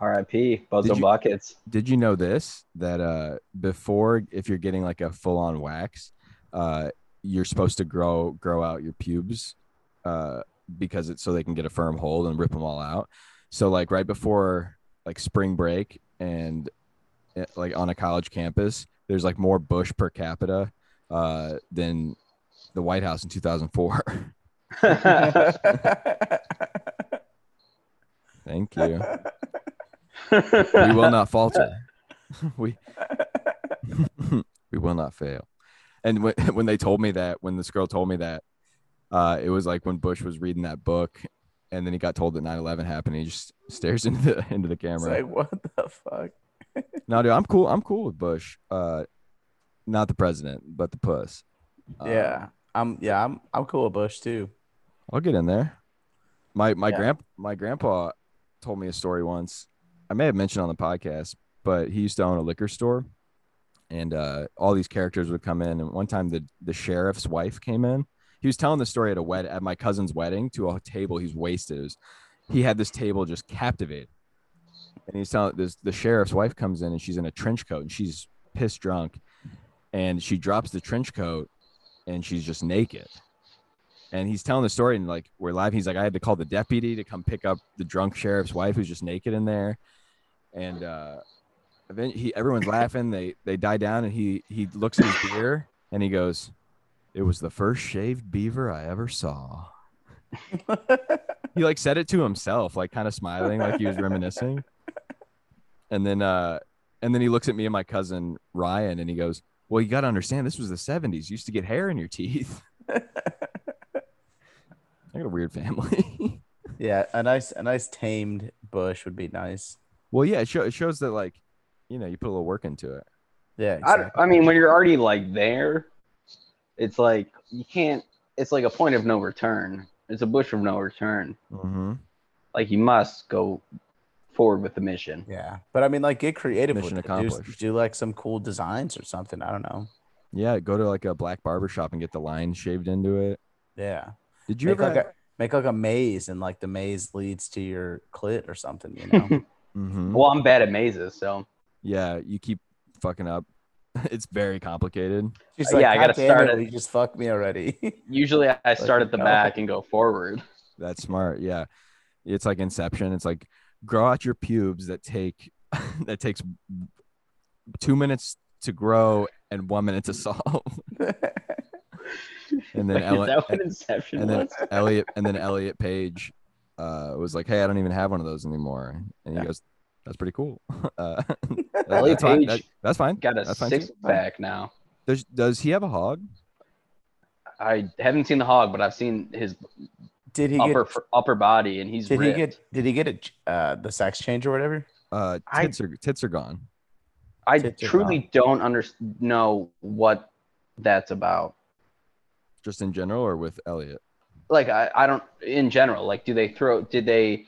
R.I.P. Bozo
Did you-
Buckets.
Did you know this that uh before if you're getting like a full on wax, uh you're supposed to grow grow out your pubes uh because it's so they can get a firm hold and rip them all out. So like right before like spring break and eh, like on a college campus, there's like more bush per capita uh than the White House in 2004. Thank you. we will not falter. we we will not fail. And when, when they told me that, when this girl told me that, uh, it was like when Bush was reading that book, and then he got told that 9/11 happened. And he just stares into the into the
It's
camera.
like what the fuck?
no, dude, I'm cool. I'm cool with Bush. Uh, not the president, but the puss. Uh,
yeah, I'm yeah I'm I'm cool with Bush too.
I'll get in there. My my
Yeah.
grand my grandpa told me a story once. I may have mentioned on the podcast, but he used to own a liquor store, and uh, all these characters would come in. And one time, the the sheriff's wife came in. He was telling the story at a wed at my cousin's wedding to a table. He's wasted. It was- he had this table just captivated, and he's telling this. The sheriff's wife comes in, and she's in a trench coat, and she's pissed drunk, and she drops the trench coat, and she's just naked and he's telling the story and like we're live he's like i had to call the deputy to come pick up the drunk sheriff's wife who's just naked in there and uh event- he everyone's laughing they they die down and he he looks at his beer and he goes it was the first shaved beaver i ever saw he like said it to himself like kind of smiling like he was reminiscing and then uh and then he looks at me and my cousin ryan and he goes well you got to understand this was the 70s you used to get hair in your teeth i got a weird family
Yeah, a nice a nice tamed Bush would be nice.
Well, yeah, it, show, it shows that like, you know, you put a little work into it.
Yeah,
I,
exactly.
I mean, when you're already like there, it's like you can't, it's like a point of no return. It's a bush of no return.
Mm-hmm.
Like you must go forward with the mission.
yeah, but I mean like get creative with
Mission
it. Do,
accomplished.
do like some cool designs or something. I don't know.
Yeah, go to like a black barber shop and get the line shaved into it.
Yeah.
Did you
make
ever?
like a make like a maze and like the maze leads to your clit or something, you know?
Mhm.
Well, I'm bad at mazes, so
Yeah, you keep fucking up. It's very complicated.
She's
Yeah, I
"God
gotta
damn
start
it,
it."
will You just fucked me already.
usually I start
Like,
at the
no.
back and go forward.
That's smart. Yeah, it's like Inception. It's like grow out your pubes that take that takes two minutes to grow and one minute to solve. and then
Like,
Ellen,
is that what Inception
and then
was?
Elliot and then Elliot Page uh, was like, "Hey, I don't even have one of those anymore." And he goes, "That's pretty cool." uh, that-
Elliot
that's fine.
Page
That- that's fine.
Got a
That's fine
six
too.
pack now.
Does does he have a hog?
I haven't seen the hog, but I've seen his
did he
upper
get
upper body, and he's
did he
ripped.
get did he get a, ch- uh, the sex change or whatever?
Uh,
I-
tits are tits are gone.
I
tits are
truly don't under, know what that's about.
Just in general, or with Elliot?
Like I, I don't in general. Like, do they throw? Did they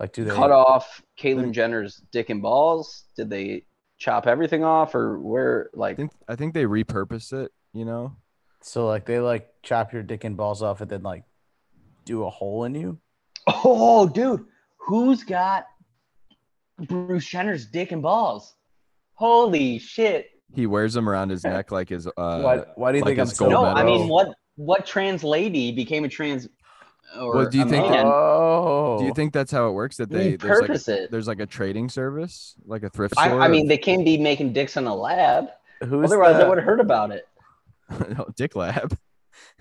Like do they
cut off Caitlyn Jenner's dick and balls? Did they chop everything off, or where?
I
Like,
think I think they repurpose it. You know,
so like they like chop your dick and balls off and then like do a hole in you?
oh, dude, who's got Bruce Jenner's dick and balls? Holy shit!
he wears them around his neck like his. Uh,
why, why do you
like
think I'm
his
so
gold
no,
medal.
I mean, what what trans lady became a trans? Or
Well, do you
a
think-
man?
Oh.
Do you think that's how it works? That they there's like,
repurpose it?
there's like a trading service, like a thrift
I,
store.
I mean, they can be making dicks in a lab.
who's
Otherwise,
the-
I would have heard about it.
no, Dick Lab.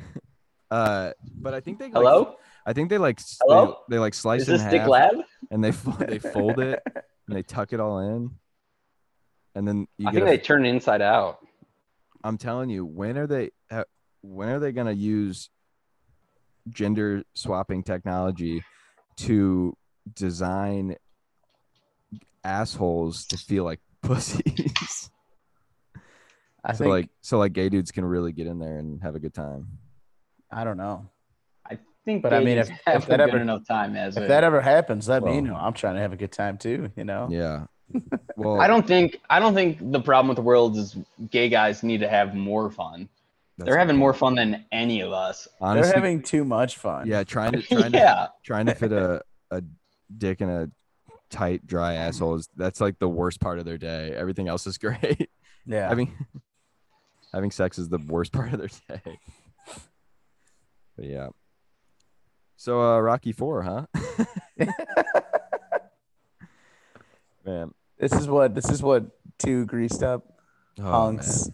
uh, but I think they like,
Hello,
I think they like s-
Hello?
They, they like slice
is
it in
this Dick
half
Lab?
and they fo- they fold it and they tuck it all in, and then you
I
get.
think
A,
they turn inside out.
I'm telling you, when are they? ha- When are they gonna use gender swapping technology to design assholes to feel like pussies?
I
so
think
like so like gay dudes can really get in there and have a good time.
I don't know.
I think.
But I mean,
babies
if- if
have
that
a
ever-
good enough time as
If
it-
that ever happens, let me
Well.
know. I'm trying to have a good time too, you know.
Yeah. Well,
I don't think I don't think the problem with the world is gay guys need to have more fun.
that's
They're
my
having
point.
more fun than any of us.
Honestly,
They're having too much fun.
yeah, trying to trying to
yeah,
trying to fit a a dick in a tight dry asshole is that's like the worst part of their day. Everything else is great.
Yeah.
having having sex is the worst part of their day. But yeah. So uh Rocky 4, huh? man.
this is what this is what two greased up
Oh, man.
punks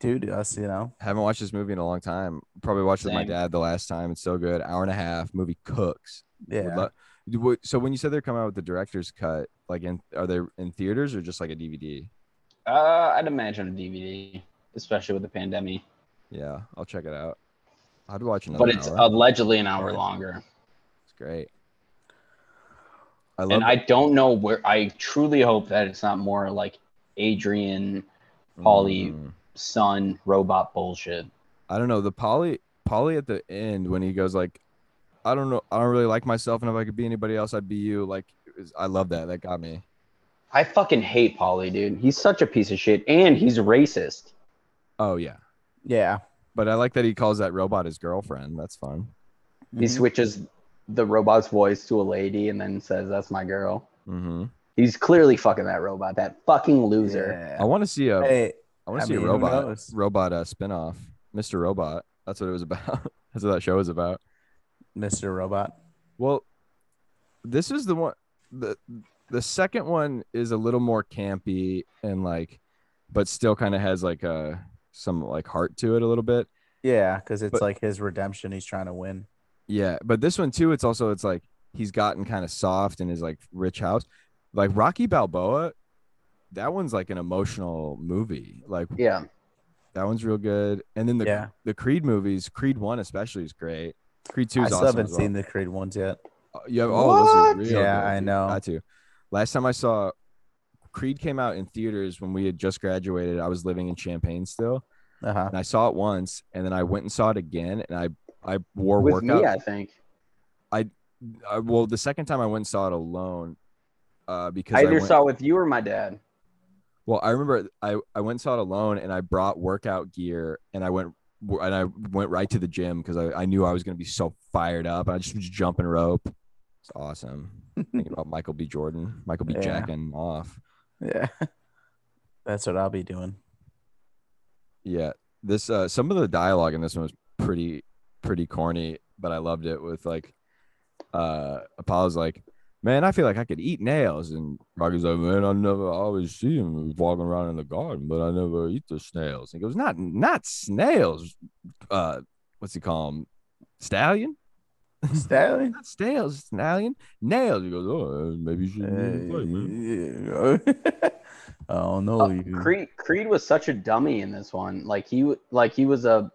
do to us, you know.
haven't watched this movie in a long time. Probably watched it with my
Same.
dad the last time. It's so good. Hour and a half. Movie cooks. Would
Yeah.
lo- Do- would- so when you said they're coming out with the director's cut, like in are they in theaters or just like a DVD?
uh, I'd imagine a DVD, especially with the pandemic.
Yeah, I'll check it out. I'd watch another
But it's
hour.
allegedly an hour longer,
it's great. I love.
and I don't know where. I truly hope that it's not more like Adrian Polly-
Mm.
Sun robot bullshit.
I don't know the Polly. Polly at the end when he goes like, I don't know. I don't really like myself, and if I could be anybody else, I'd be you. Like, it was- I love that. That got me.
I fucking hate Polly, dude. He's such a piece of shit, and he's racist.
Oh yeah.
Yeah.
But I like that he calls that robot his girlfriend. That's fun. Mm-hmm.
He
Mhm.
switches the robot's voice to a lady and then says, "That's my girl."
hmm
He's clearly fucking that robot, that fucking loser.
Yeah.
I want to see a
Hey,
I want
I
to see
mean,
a
who
robot
knows?
robot uh, spinoff, Mr. Robot. That's what it was about. That's what that show was about.
Mr. Robot.
Well, this is the one. the The second one is a little more campy and like, but still kind of has like a some like heart to it a little bit.
Yeah, because it's
But-
like his redemption. He's trying to win.
Yeah, but this one too. It's also it's like he's gotten kind of soft in his like rich house, like Rocky Balboa. That one's like an emotional movie. Like
Yeah.
That one's real good. And then the
Yeah.
the Creed movies, Creed One especially is great. Creed Two
I
is
still
awesome.
haven't
as well.
seen the Creed ones yet.
Uh, You have oh, those are
What?
real
Yeah,
good,
I
dude.
know.
Got to. Last time I saw Creed came out in theaters when we had just graduated. I was living in Champaign still,
Uh huh.
and I saw it once, and then I went and saw it again, and I I wore
With
workout.
me, I think.
I, well, the second time I went and saw it alone, uh, because
I
I
either
went,
saw with you or my dad.
Well, I remember I, I went and saw it alone and I brought workout gear and I went and I went right to the gym because I, I knew I was gonna be so fired up. I just was jumping rope. It's awesome. Thinking about Michael B. Jordan, Michael B.
Yeah.
Jacking off.
Yeah. That's what I'll be doing.
Yeah. This uh some of the dialogue in this one was pretty pretty corny, but I loved it with like uh Apollo's like, Man, I feel like I could eat nails and Rocky's like, Man, I never I always see him walking around in the garden, but I never eat the snails. And he goes, Not not snails. Uh what's he call 'em? Stallion?
Stanley?
Not snails, stallion. Nails. He goes, Oh, maybe you should move away, man."
I don't know.
Uh,
you.
Creed Creed was such a dummy in this one. Like he w- like he was a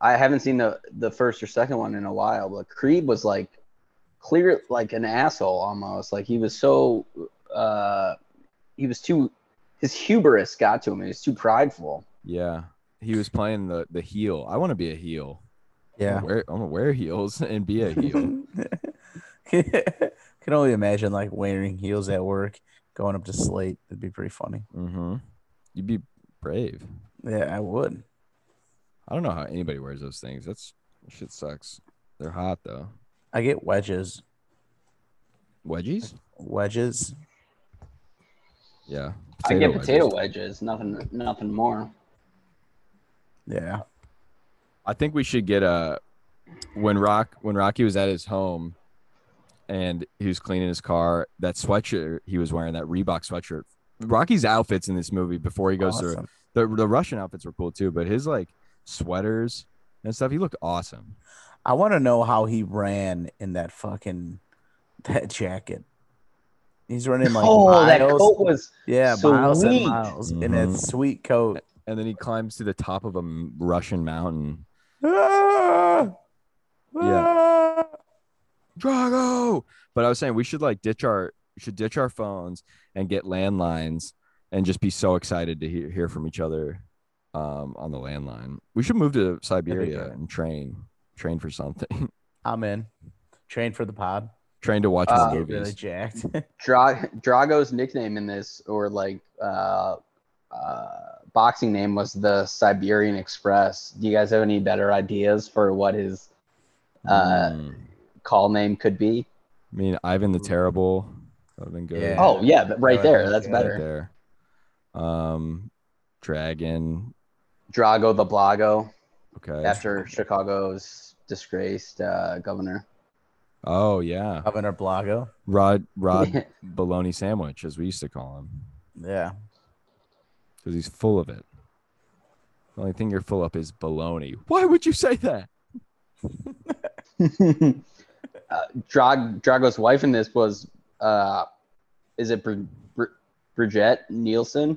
I haven't seen the the first or second one in a while, but Creed was like clear like an asshole almost. Like he was so uh he was too his hubris got to him. He was too prideful.
Yeah. He was playing the the heel. I want to be a heel. I'm
yeah.
gonna wear, I'm gonna wear heels and be a heel.
Can only imagine like wearing heels at work, going up to Slate. That'd be pretty funny.
mm-hmm. You'd be brave.
Yeah, I would.
I don't know how anybody wears those things. That's shit sucks. They're hot though.
I get wedges.
Wedgies?
Wedges.
Yeah.
I get potato wedges, nothing nothing more.
Yeah.
I think we should get a when Rock when Rocky was at his home and he was cleaning his car. That sweatshirt he was wearing, that Reebok sweatshirt. Rocky's outfits in this movie before he goes through
Awesome.
the the Russian outfits were cool too, but his like sweaters and stuff, he looked awesome.
I want to know how he ran in that fucking that jacket. He's running like
oh,
miles.
that coat was
yeah, miles and
sweet.
miles in
Mhm.
that sweet coat.
And then he climbs to the top of a m- Russian mountain.
Ah! Ah!
Drago. But I was saying we should like ditch our we should ditch our phones and get landlines and just be so excited to hear, hear from each other um, on the landline. We should move to Siberia
good.
and train train for something.
I'm in. Train for the pod.
train to watch
Uh,
more
Get
movies.
really jacked.
Dra- Drago's nickname in this, or like uh, uh, boxing name, was the Siberian Express. Do you guys have any better ideas for what his uh,
Mm.
call name could be?
I mean Ivan the Terrible. That would have been good.
Yeah.
Oh yeah, but right
Yeah,
there, that's
yeah,
right
better.
there. Um Dragon.
Drago the Blago,
Okay.
after Chicago's disgraced uh, governor.
Oh yeah.
Governor Blago.
Rod Rod Bologna sandwich, as we used to call him.
Yeah.
because he's full of it. The only thing you're full of is baloney. Why would you say that?
uh, Drag- Drago's wife in this was, uh, is it Brid- Brid- Bridget Nielsen?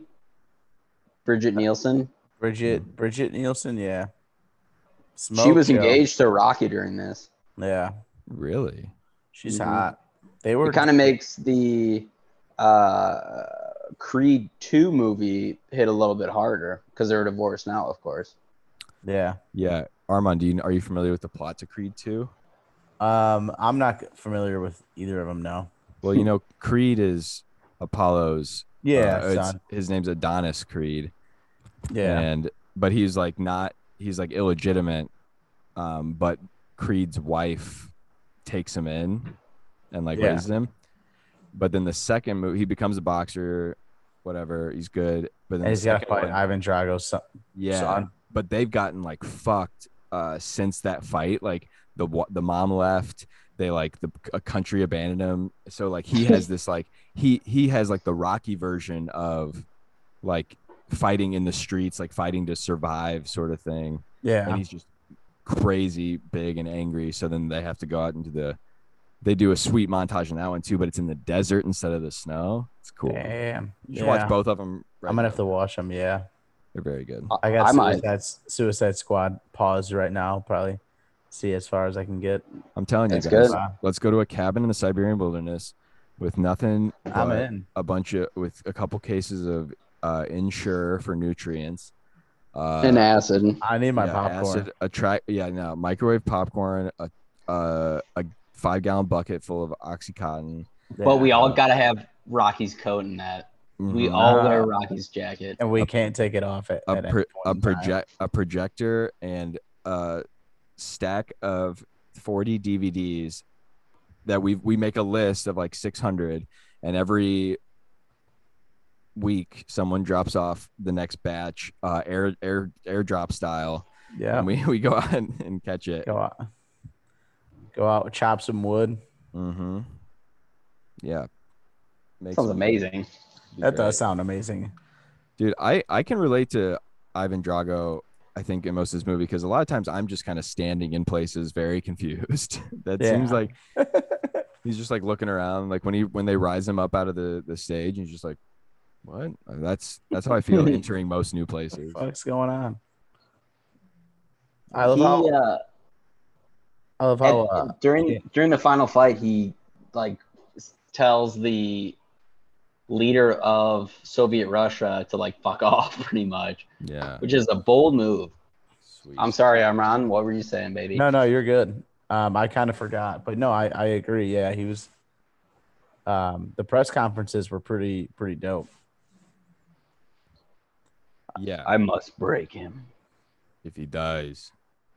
Bridget Nielsen.
Mm-hmm.
Bridget Bridget Nielsen, yeah.
she
Smoke
was
show.
engaged to Rocky during this.
Yeah.
Really?
She's
Mm-hmm.
Mhm.
hot. They were
It kind of makes the uh, Creed 2 movie hit a little bit harder because they're divorced now, of course.
Yeah.
Yeah. Armand, do you, are you familiar with the plot to Creed 2?
Um I'm not familiar with either of them now.
Well, you know, Creed is Apollo's.
Yeah,
uh, it's-
son.
his name's Adonis Creed.
Yeah.
And but he's like not he's like illegitimate. Um, but Creed's wife takes him in and like
Yeah.
raises him. But then the second movie, he becomes a boxer, whatever. He's good. But
And
then the
he's got to
second
fight
one-
Ivan Drago's son.
Yeah,
son.
but they've gotten like fucked uh, since that fight. Like the wa- the mom left. They like the a country abandoned him. So like he has this like he he has like the Rocky version of like fighting in the streets, like fighting to survive sort of thing. And
Yeah.
he's just crazy big and angry. So then they have to go out into the. They do a sweet montage in that one too, but it's in the desert instead of the snow. It's cool.
Damn.
You
Yeah.
should watch both of them.
I'm gonna have to watch them. Yeah.
They're very good.
I got
I might.
Suicide, Suicide Squad paused right now. Probably see as far as I can get.
I'm telling you
That's
guys.
good.
Wow.
Let's go to a cabin in the Siberian wilderness with nothing
I'm
but
in.
a bunch of with a couple cases of uh insure for nutrients. Uh
and acid.
I need my
yeah,
popcorn.
acid, a tra- yeah, no, microwave popcorn, a uh, a five gallon bucket full of oxycontin.
Yeah.
But we all got to have Rocky's coat in that. We
Mm-hmm.
Mhm.
Uh,
all wear Rocky's jacket.
and we can't take it off at,
a,
at any
pro-
point
a
in time.
project a projector and a stack of 40 DVDs that we we make a list of like 600 and every week someone drops off the next batch uh air air airdrop style
Yeah.
and we we go out and, and catch it
go out. Go out, chop some wood.
mm-hmm. yeah Makes
Sounds amazing.
That does sound amazing.
Dude, I I can relate to Ivan Drago. I think in most of this movie because a lot of times I'm just kind of standing in places, very confused. that
Yeah.
seems like he's just like looking around. Like when he when they rise him up out of the the stage, he's just like, "What?" Uh, That's that's how I feel entering most new places.
What's going on? I love
He,
how
uh,
I love
And
how uh,
during
yeah.
during the final fight, he like s- tells the leader of Soviet Russia to like fuck off, pretty much,
Yeah,
which is a bold move.
sweet.
I'm sorry, Imran. What were you saying, baby?
No, no, you're good. Um, I kind of forgot, but no, I, I agree. Yeah, he was. Um, the press conferences were pretty pretty dope.
Yeah,
I must break him.
if he dies,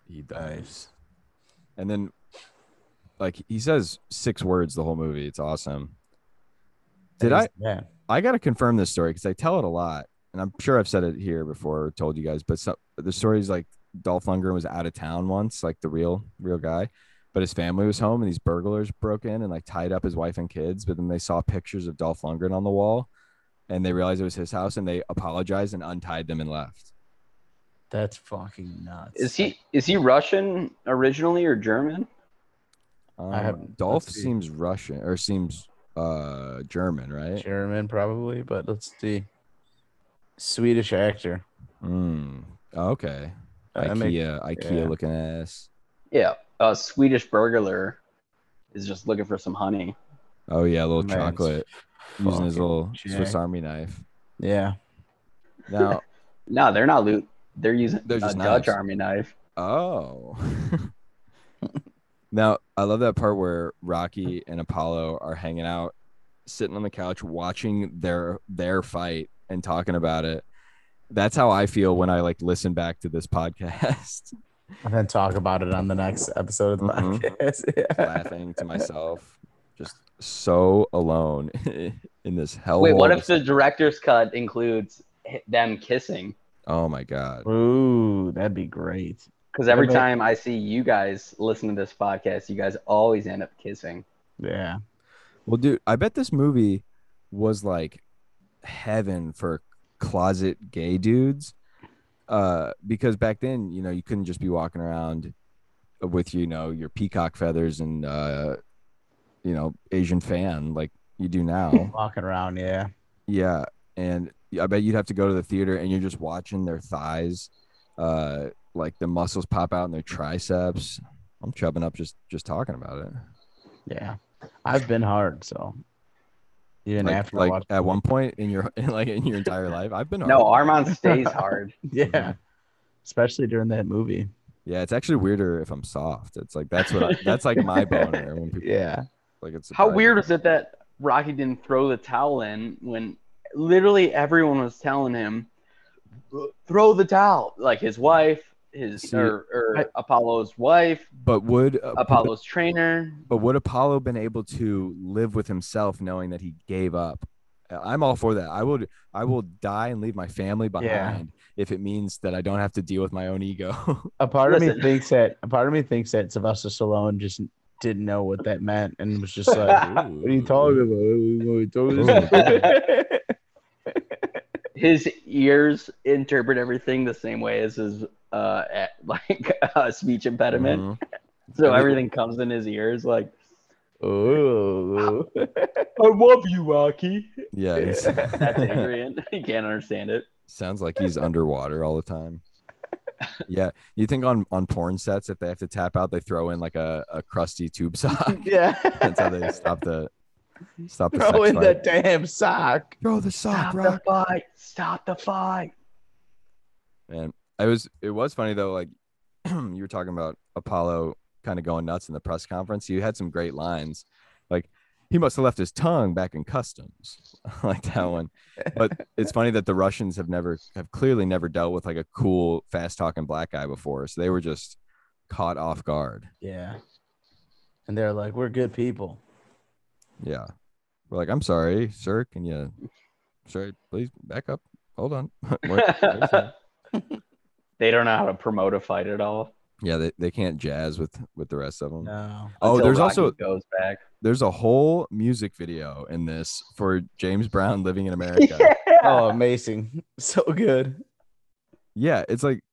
he dies. And then, like he says six words the whole movie. It's awesome. Did I
Yeah,
I got to confirm this story because I tell it a lot, and I'm sure I've said it here before, or told you guys. But so, the story is like Dolph Lundgren was out of town once, like the real, real guy, but his family was home, and these burglars broke in and like tied up his wife and kids. But then they saw pictures of Dolph Lundgren on the wall, and they realized it was his house, and they apologized and untied them and left.
that's fucking nuts.
Is he is he Russian originally or German?
Um,
haven't-
Dolph
let's see.
seems Russian or seems uh German, right?
German? Probably, but let's see. Swedish actor. Uh,
Mm. Okay.
That
IKEA,
make-
IKEA
yeah.
looking ass.
Yeah, a Swedish burglar is just looking for some honey.
Oh yeah, a little
Man's
chocolate using his
fucking
little Swiss
jacked.
Army knife.
yeah,
Now,
No, they're not loot. They're using
They're just
a
knives.
Dutch army knife.
oh, now I love that part where Rocky and Apollo are hanging out, sitting on the couch watching their their fight and talking about it. That's how I feel when I like listen back to this podcast,
and then talk about it on the next episode of the
Mhm.
podcast. Yeah.
laughing to myself, just so alone in this hell.
Wait, what if the director's cut includes h- them kissing?
Oh my god.
Ooh, that'd be great.
Because every
but-
time I see you guys listen to this podcast, you guys always end up kissing.
Yeah,
Well, dude, I bet this movie was like heaven for closet gay dudes. Uh, because back then, you know, you couldn't just be walking around with, you know, your peacock feathers and, uh, you know, Asian fan like you do now.
walking around. Yeah,
yeah. And I bet you'd have to go to the theater and you're just watching their thighs, uh, like the muscles pop out in their triceps. I'm chubbing up just just talking about it.
yeah. I've been hard, so even
like,
after
like
watching-
at one point in your like in your entire life i've been
No,
hard.
Armand stays hard.
Yeah. Especially during that movie.
yeah it's actually weirder if i'm soft it's like that's what I, that's like my boner when people
Yeah.
like it's
How
surprising.
weird was it that Rocky didn't throw the towel in when literally everyone was telling him, throw the towel? Like his wife, his
See,
or, or
I-
Apollo's wife,
but would uh,
Apollo's trainer.
but would apollo been able to live with himself knowing that he gave up Uh, i'm all for that i would i will die and leave my family behind if it means that i don't have to deal with my own ego
A part of
Listen.
me thinks that a part of me thinks that Sylvester Stallone just didn't know what that meant and was just like, What are you talking about? What are you talking about?"
His ears interpret everything the same way as his uh, eh, like uh, speech impediment.
Mhm.
So Mm-hmm. everything comes in his ears, like
Ooh.
"I love you, Rocky."
yeah he's-
That's Adrian. he can't understand it.
Sounds like he's underwater all the time. Yeah, you think on on porn sets if they have to tap out, they throw in like a, a crusty tube sock.
Yeah.
That's how they stop the stop the
Throw
sex
in
fight.
that damn sock.
throw the sock,
Stop
rock.
the fight! Stop the fight!
Man, I was it was funny though. Like you were talking about Apollo kind of going nuts in the press conference. You had some great lines, like he must have left his tongue back in customs I like that one but it's funny that the russians have never have clearly never dealt with like a cool fast talking black guy before so they were just caught off guard
Yeah. And they're like, we're good people.
yeah we're like i'm sorry sir can you sorry please back up hold on What- what is
they don't know how to promote a fight at all.
Yeah, they, they can't jazz with with the rest of them.
No.
Oh,
until
there's
Rocky
also
goes back.
there's a whole music video in this for James Brown living in America. yeah.
Oh, amazing. So good.
it's like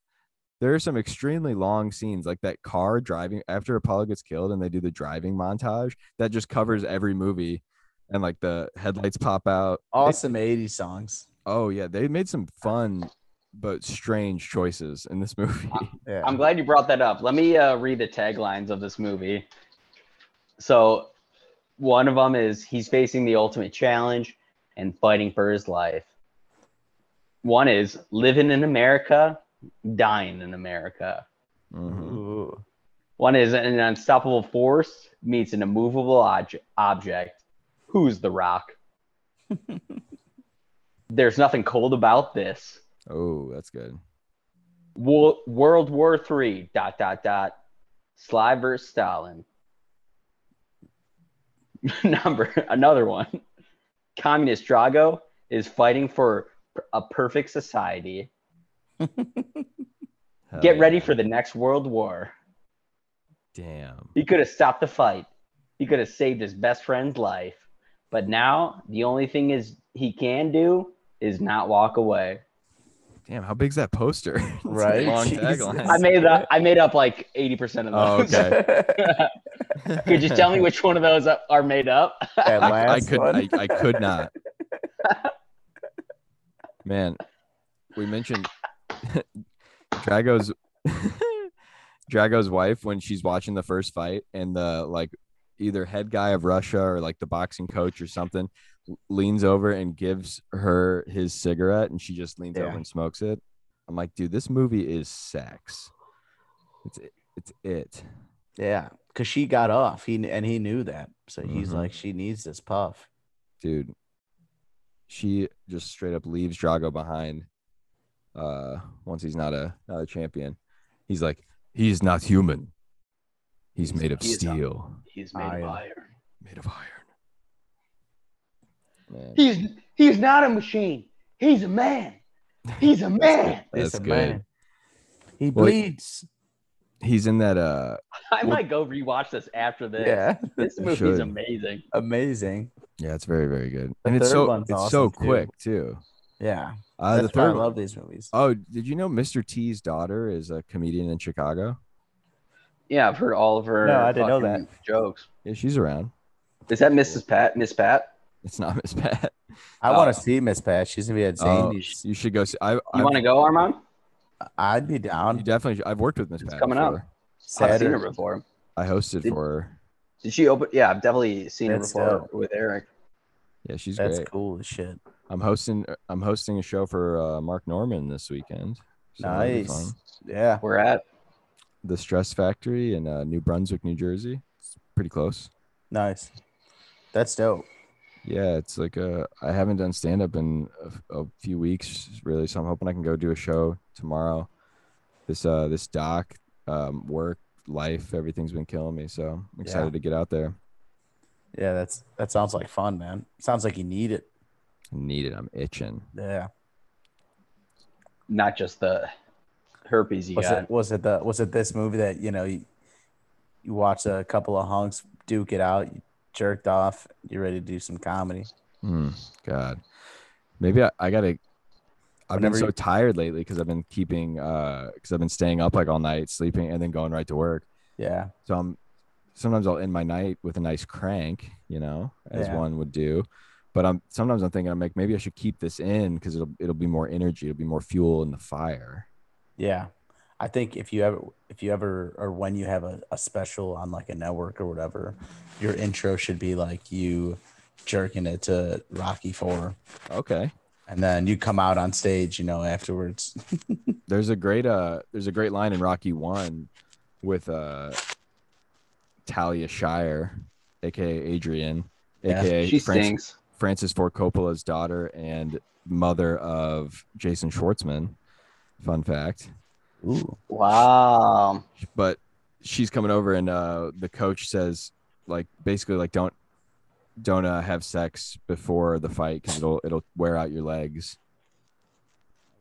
there are some extremely long scenes like that car driving after Apollo gets killed and they do the driving montage that just covers every movie and like the headlights pop out. They-
Awesome 80s songs.
oh yeah, they made some fun but strange choices in this movie.
Yeah.
I'm glad you brought that up. Let me uh, read the taglines of this movie. So, one of them is he's facing the ultimate challenge and fighting for his life. One is living in America, dying in America.
Mm-hmm.
Mhm.
Ooh.
One is an unstoppable force meets an immovable obj- object. Who's the rock? There's nothing cold about this.
Oh, that's good.
Wo- World War Three. Dot dot dot. Sly versus Stalin. Number another one. Communist Drago is fighting for p- a perfect society.
Hell
Get
Oh, yeah.
ready for the next world war.
Damn.
He could have stopped the fight. He could have saved his best friend's life. But now the only thing is he can do is not walk away.
Damn, how big's that poster? It's a
Right?
Long
Jesus.
tagline.
I made up I made up like 80%
Oh,
of those.
okay.
Could you tell me which one of those are made up?
That
I, I
last
could
one.
I, I could not. Man, we mentioned Drago's Drago's wife when she's watching the first fight and the like either head guy of Russia or like the boxing coach or something leans over and gives her his cigarette and she just leans
Yeah.
over and smokes it. I'm like, dude, this movie is sex. It's it. It's it.
yeah. Cause she got off. He and he knew that. So he's
Mhm.
like, she needs this puff.
dude she just straight up leaves drago behind uh once he's not a not a champion he's like he's not human he's, made of
he is not-
steel
He's made
Iron.
of iron.
made of iron Man,
He's he's not a machine. He's a man. He's a man.
that's
It's a
good
man. He
Well, he-
bleeds.
he's in that uh
I might go rewatch this after this.
Yeah.
This
You
movie's
should.
amazing.
amazing.
yeah it's very very good
The
and it's
third
so
one's
it's so
awesome, too.
quick too
Yeah.
uh the
That's why I
third
love these movies.
oh did you know mr t's daughter is a comedian in chicago
Yeah, I've heard all of her
No, I didn't know
fucking jokes.
yeah she's around
Is that Mrs. Pat? Miss Pat?
it's not miss pat
I
oh.
want to see Miss Pat. She's gonna be at
Oh,
Zany's.
you should go see i,
You
I
want to go, Armand?
I'd be
You
down.
definitely. should- I've worked with Miss
It's
Pat.
coming up.
before.
I've seen her
Saturday.
before.
I hosted
Did-
for her.
Did she open? Yeah, I've definitely seen her
That's
before
dope.
with Eric.
Yeah, she's
That's
great.
cool as shit.
I'm hosting. I'm hosting a show for uh, Mark Norman this weekend. So that'll be
Nice.
fun.
Yeah.
We're at.
The Stress Factory in uh, New Brunswick, New Jersey. It's pretty close.
Nice. That's dope.
Yeah, it's like uh, I haven't done stand up in a, a few weeks, really. So I'm hoping I can go do a show tomorrow. This uh, this doc, um, work, life, everything's been killing me. So I'm excited to get out there.
Yeah, that's that sounds like fun, man. Sounds like you need it.
I need it. I'm itching.
Yeah.
Not just the herpes you
Was
got.
it was it the was it this movie that you know you, you watch a couple of hunks duke it out, you jerked off, you're ready to do some comedy.
Hmm, God, maybe I, I gotta. I've been
Whenever
so
you-
tired lately because I've been keeping uh because I've been staying up like all night sleeping and then going right to work.
Yeah.
So I'm sometimes I'll end my night with a nice crank, you know, as
Yeah.
one would do. But I'm sometimes I'm thinking I'm like maybe I should keep this in because it'll it'll be more energy, it'll be more fuel in the fire.
Yeah. I think if you ever if you ever or when you have a, a special on like a network or whatever, your intro should be like you jerking it to Rocky Four.
Okay.
And then you come out on stage, you know, afterwards.
there's a great uh there's a great line in Rocky One with uh Talia Shire, aka Adrian,
Yeah,
aka
she
Francis,
stinks.
Francis Ford Coppola's daughter and mother of Jason Schwartzman. Fun fact.
Ooh.
Wow.
But she's coming over, and uh, the coach says, like, basically, like, don't don't uh, have sex before the fight because it'll it'll wear out your legs.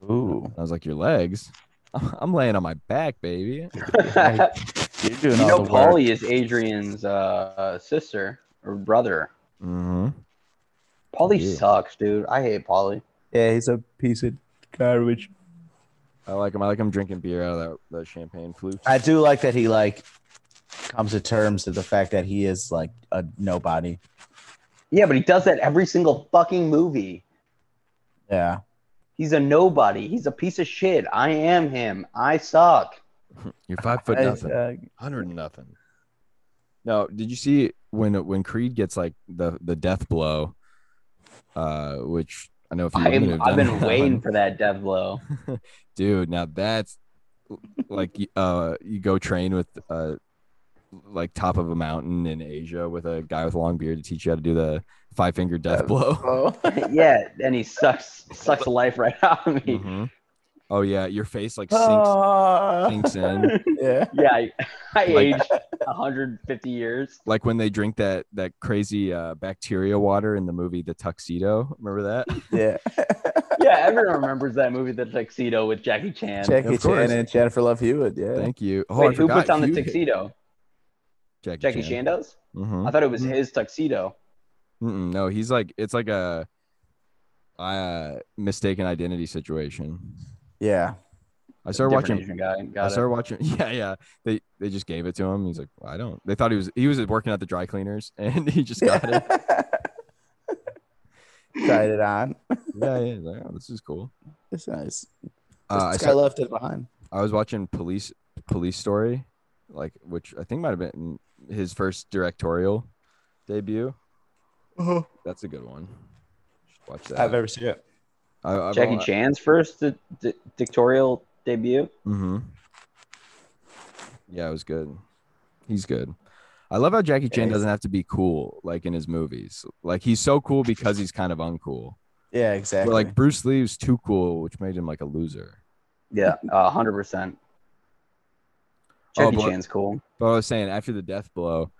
Ooh.
I was like, your legs? I'm laying on my back, baby.
you
You're doing all
know,
the work.
Polly is Adrian's uh, sister or brother.
hmm
Polly
Yeah.
sucks, dude. I hate Polly.
Yeah, he's a piece of garbage.
I like him. I like him drinking beer out of that, that champagne flute.
I do like that he like comes to terms to the fact that he is like a nobody.
Yeah, but he does that every single fucking movie.
Yeah.
He's a nobody. He's a piece of shit. I am him. I suck.
You're five foot
As,
nothing.
uh,
Hundred nothing. No, did you see when when Creed gets like the the death blow? Uh, which I know if you wouldn't
I'm,
have
I've
done
been
that
waiting
one.
for that dev blow.
dude. Now that's like y- uh, you go train with uh, like top of a mountain in Asia with a guy with a long beard to teach you how to do the five finger
Uh,
death blow.
oh.
yeah, and he sucks sucks the life right out of me.
Mhm. Oh yeah, your face like sinks
Oh.
Ah.
sinks in.
yeah.
Yeah, I, I
Like-
aged 150 years.
like when they drink that that crazy uh, bacteria water in the movie The Tuxedo. Remember that?
Yeah.
Yeah, everyone remembers that movie, The Tuxedo, with Jackie Chan.
Jackie
Of course.
Chan and Jennifer Love Hewitt. Yeah.
Thank you. Oh,
Wait,
I
who
forgot
puts on the
you-
tuxedo?
Jackie,
Jackie Chan, does.
Mhm.
I thought it was his tuxedo.
Mm-mm, Mm-hmm. no, he's like it's like a uh, mistaken identity situation.
yeah.
I started
Different
watching.
Asian guy. Got
I
it.
started watching. Yeah, yeah. They they just gave it to him. He's like, I don't. They thought he was he was working at the dry cleaners, and he just got it.
Tried it on.
Yeah, yeah. he's like, oh, this is cool.
It's nice.
Uh, I
this guy
saw-
left it behind.
I was watching Police Police Story, like which I think might have been his first directorial debut.
Uh-huh.
That's a good one. Should watch that.
I've ever seen it.
I- I've
Jackie
al-
Chan's first di- di- dictatorial debut.
Mhm. Yeah, it was good. He's good. I love how Jackie Chan
Yeah.
doesn't have to be cool like in his movies. Like he's so cool because he's kind of uncool.
Yeah,
But
exactly.
like Bruce Lee was too cool, which made him like a loser.
Yeah, uh, 100%.
Oh,
Jackie
but-
Chan's cool.
But I was saying after the death blow,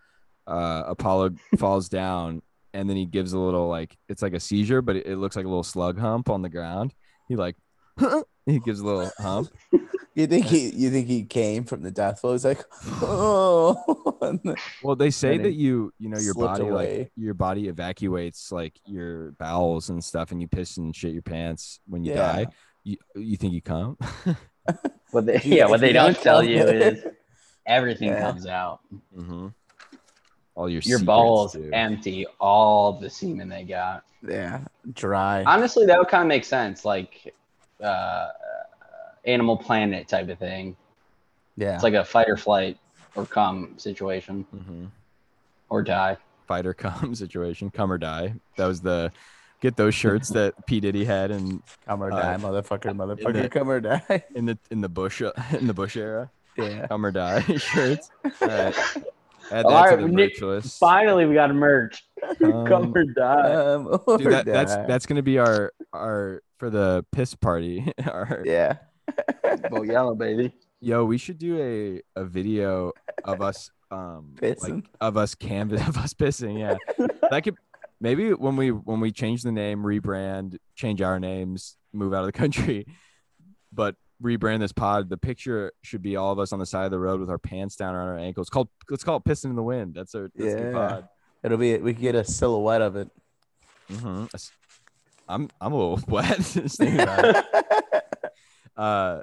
uh, Apollo falls down and then he gives a little like it's like a seizure, but it, it looks like a little slug hump on the ground. He like he gives a little hump.
you think he you think he came from the death flow? He's like, oh And then-
Well, they say
Then
that
it
you you know your
slipped
body like
away.
your body evacuates like your bowels and stuff, and you piss and shit your pants when you
Yeah.
die. You you think you come?
What they,
If you-
yeah,
if
what they
you got
don't tell
COVID.
you is everything
Yeah.
comes out.
mm-hmm. All your
Your
secrets,
balls
dude.
empty all the semen they got.
Yeah. Dry.
Honestly, that would kind of make sense, like uh, Animal Planet type of thing.
yeah.
It's like a fight or flight or come situation
Mm-hmm.
Mhm.
or die.
fight or come situation, come or die. That was the get those shirts that P Diddy had in
come or
uh,
die, motherfucker, motherfucker,
the-
come or die.
in the in the bush in the bush era.
Yeah.
Come or die shirts. All right. Add that
All
to
right,
the
Nick,
merch list.
Finally, we got a merch.
Um,
Come or die.
Come Um, or
Dude, that, that's
die.
that's gonna be our our for the piss party. Our
yeah.
Vote yellow, baby.
yo, we should do a a video of us um like
Pissing.
of us canvas of us pissing. Yeah, that could maybe when we when we change the name, rebrand, change our names, move out of the country, but rebrand this pod. The picture should be all of us on the side of the road with our pants down around our ankles. Called let's call it pissing in the wind. That's our that's the
Yeah.
pod.
It'll be we can get a silhouette of it.
hmm I'm I'm a little wet. just thinking about it. Uh,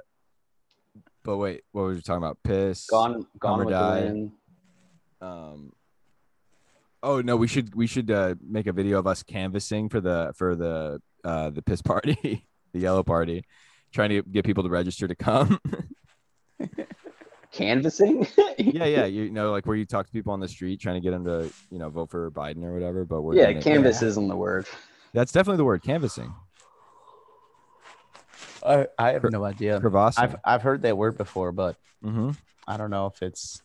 but wait, what were you talking about? Piss.
Gone,
Come
gone
or
with
die.
the wind.
Um. Oh no, we should we should uh, make a video of us canvassing for the for the uh, the piss party, the yellow party, trying to get people to register to come.
Canvassing?
yeah, yeah, you know, like where you talk to people on the street, trying to get them to you know vote for Biden or whatever. But we're
yeah,
doing it-
canvas isn't the word.
That's definitely the word canvassing.
I, I have no idea.
Crevasse.
I've I've heard that word before, but
hmm
I don't know if it's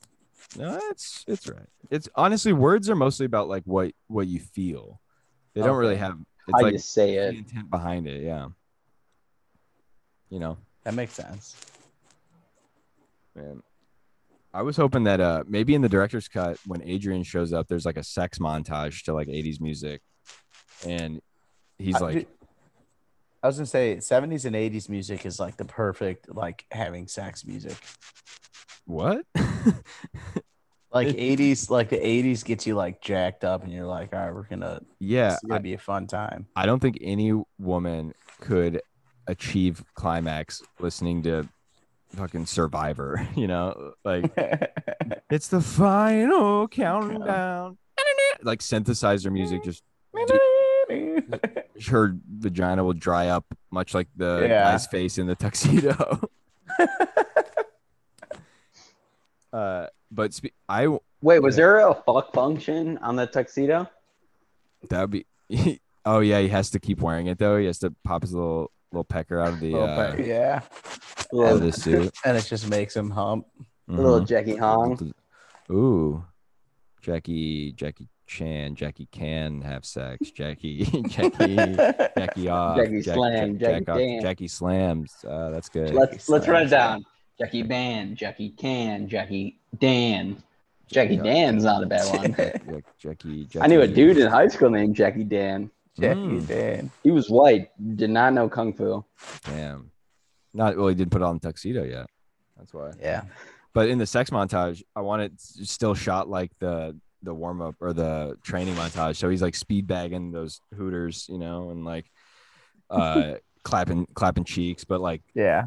No, it's it's right. It's honestly words are mostly about like what what you feel. They don't really
Okay.
have it's
How
like
you say
the
it.
intent behind it. Yeah. You know,
That makes sense.
man. I was hoping that uh maybe in the director's cut when Adrian shows up, there's like a sex montage to like 80s music, and he's
I-
like,
dude, I was gonna say, seventies and eighties music is like the perfect like having sex music.
"What?"
Like eighties, like the eighties gets you like jacked up, and you're like, all right, we're gonna,
yeah,
it's gonna be a fun time.
I don't think any woman could achieve climax listening to fucking Survivor. You know, like it's the final countdown. Mm-hmm. Like synthesizer music, just her vagina will dry up, much like the
Yeah.
guy's face in the tuxedo. uh, but spe- I
Wait, was there a fuck function on the tuxedo?
that would be. oh yeah, he has to keep wearing it though. He has to pop his little little pecker out of the
Little
uh,
bit, yeah,
out of
Little,
the suit.
and it just makes him hump.
little
Mhm.
Jackie Hong.
Ooh, Jackie, Jackie Chan, Jackie can have sex. Jackie, Jackie, Jackie off.
Jackie
Jack-
slam,
Jack-
Jackie
off,
dance.
Jackie slams. Uh, that's good.
Let's let's run it
Slam.
down. Jackie Ban, Jackie Can, Jackie Dan. Jackie
Yeah.
Dan's not a bad one.
Jack, Jackie, Jackie.
I knew a dude in high school named Jackie Dan.
Jackie
Mm.
Dan.
He was white, did not know kung fu.
Damn. Not well. He didn't put on the tuxedo yet. That's why.
Yeah.
But in the sex montage, I want it s- still shot like the the warm up or the training montage. So he's like speed bagging those hooters, you know, and like uh clapping clapping cheeks, but like
Yeah.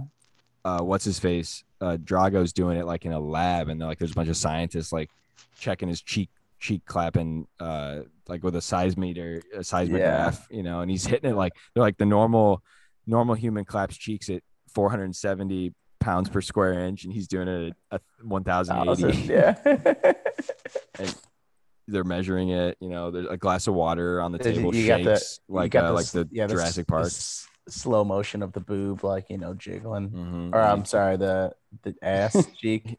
uh, what's his face? Uh, Drago's doing it like in a lab, and like there's a bunch of scientists like checking his cheek, cheek clapping, uh, like with a seismometer, a seismograph, you know, and he's hitting it like they're like the normal, normal human claps cheeks at 470 pounds per square inch, and he's doing it at a 1,080.
Thousand, yeah.
They're measuring it, you know, there's a glass of water on the
You-
table
you got
shakes
the- You
like
got
uh, like the
yeah, s-
Jurassic Park.
s- slow motion of the boob, like you know, jiggling.
Mhm.
Or um, I'm sorry, the the ass cheek.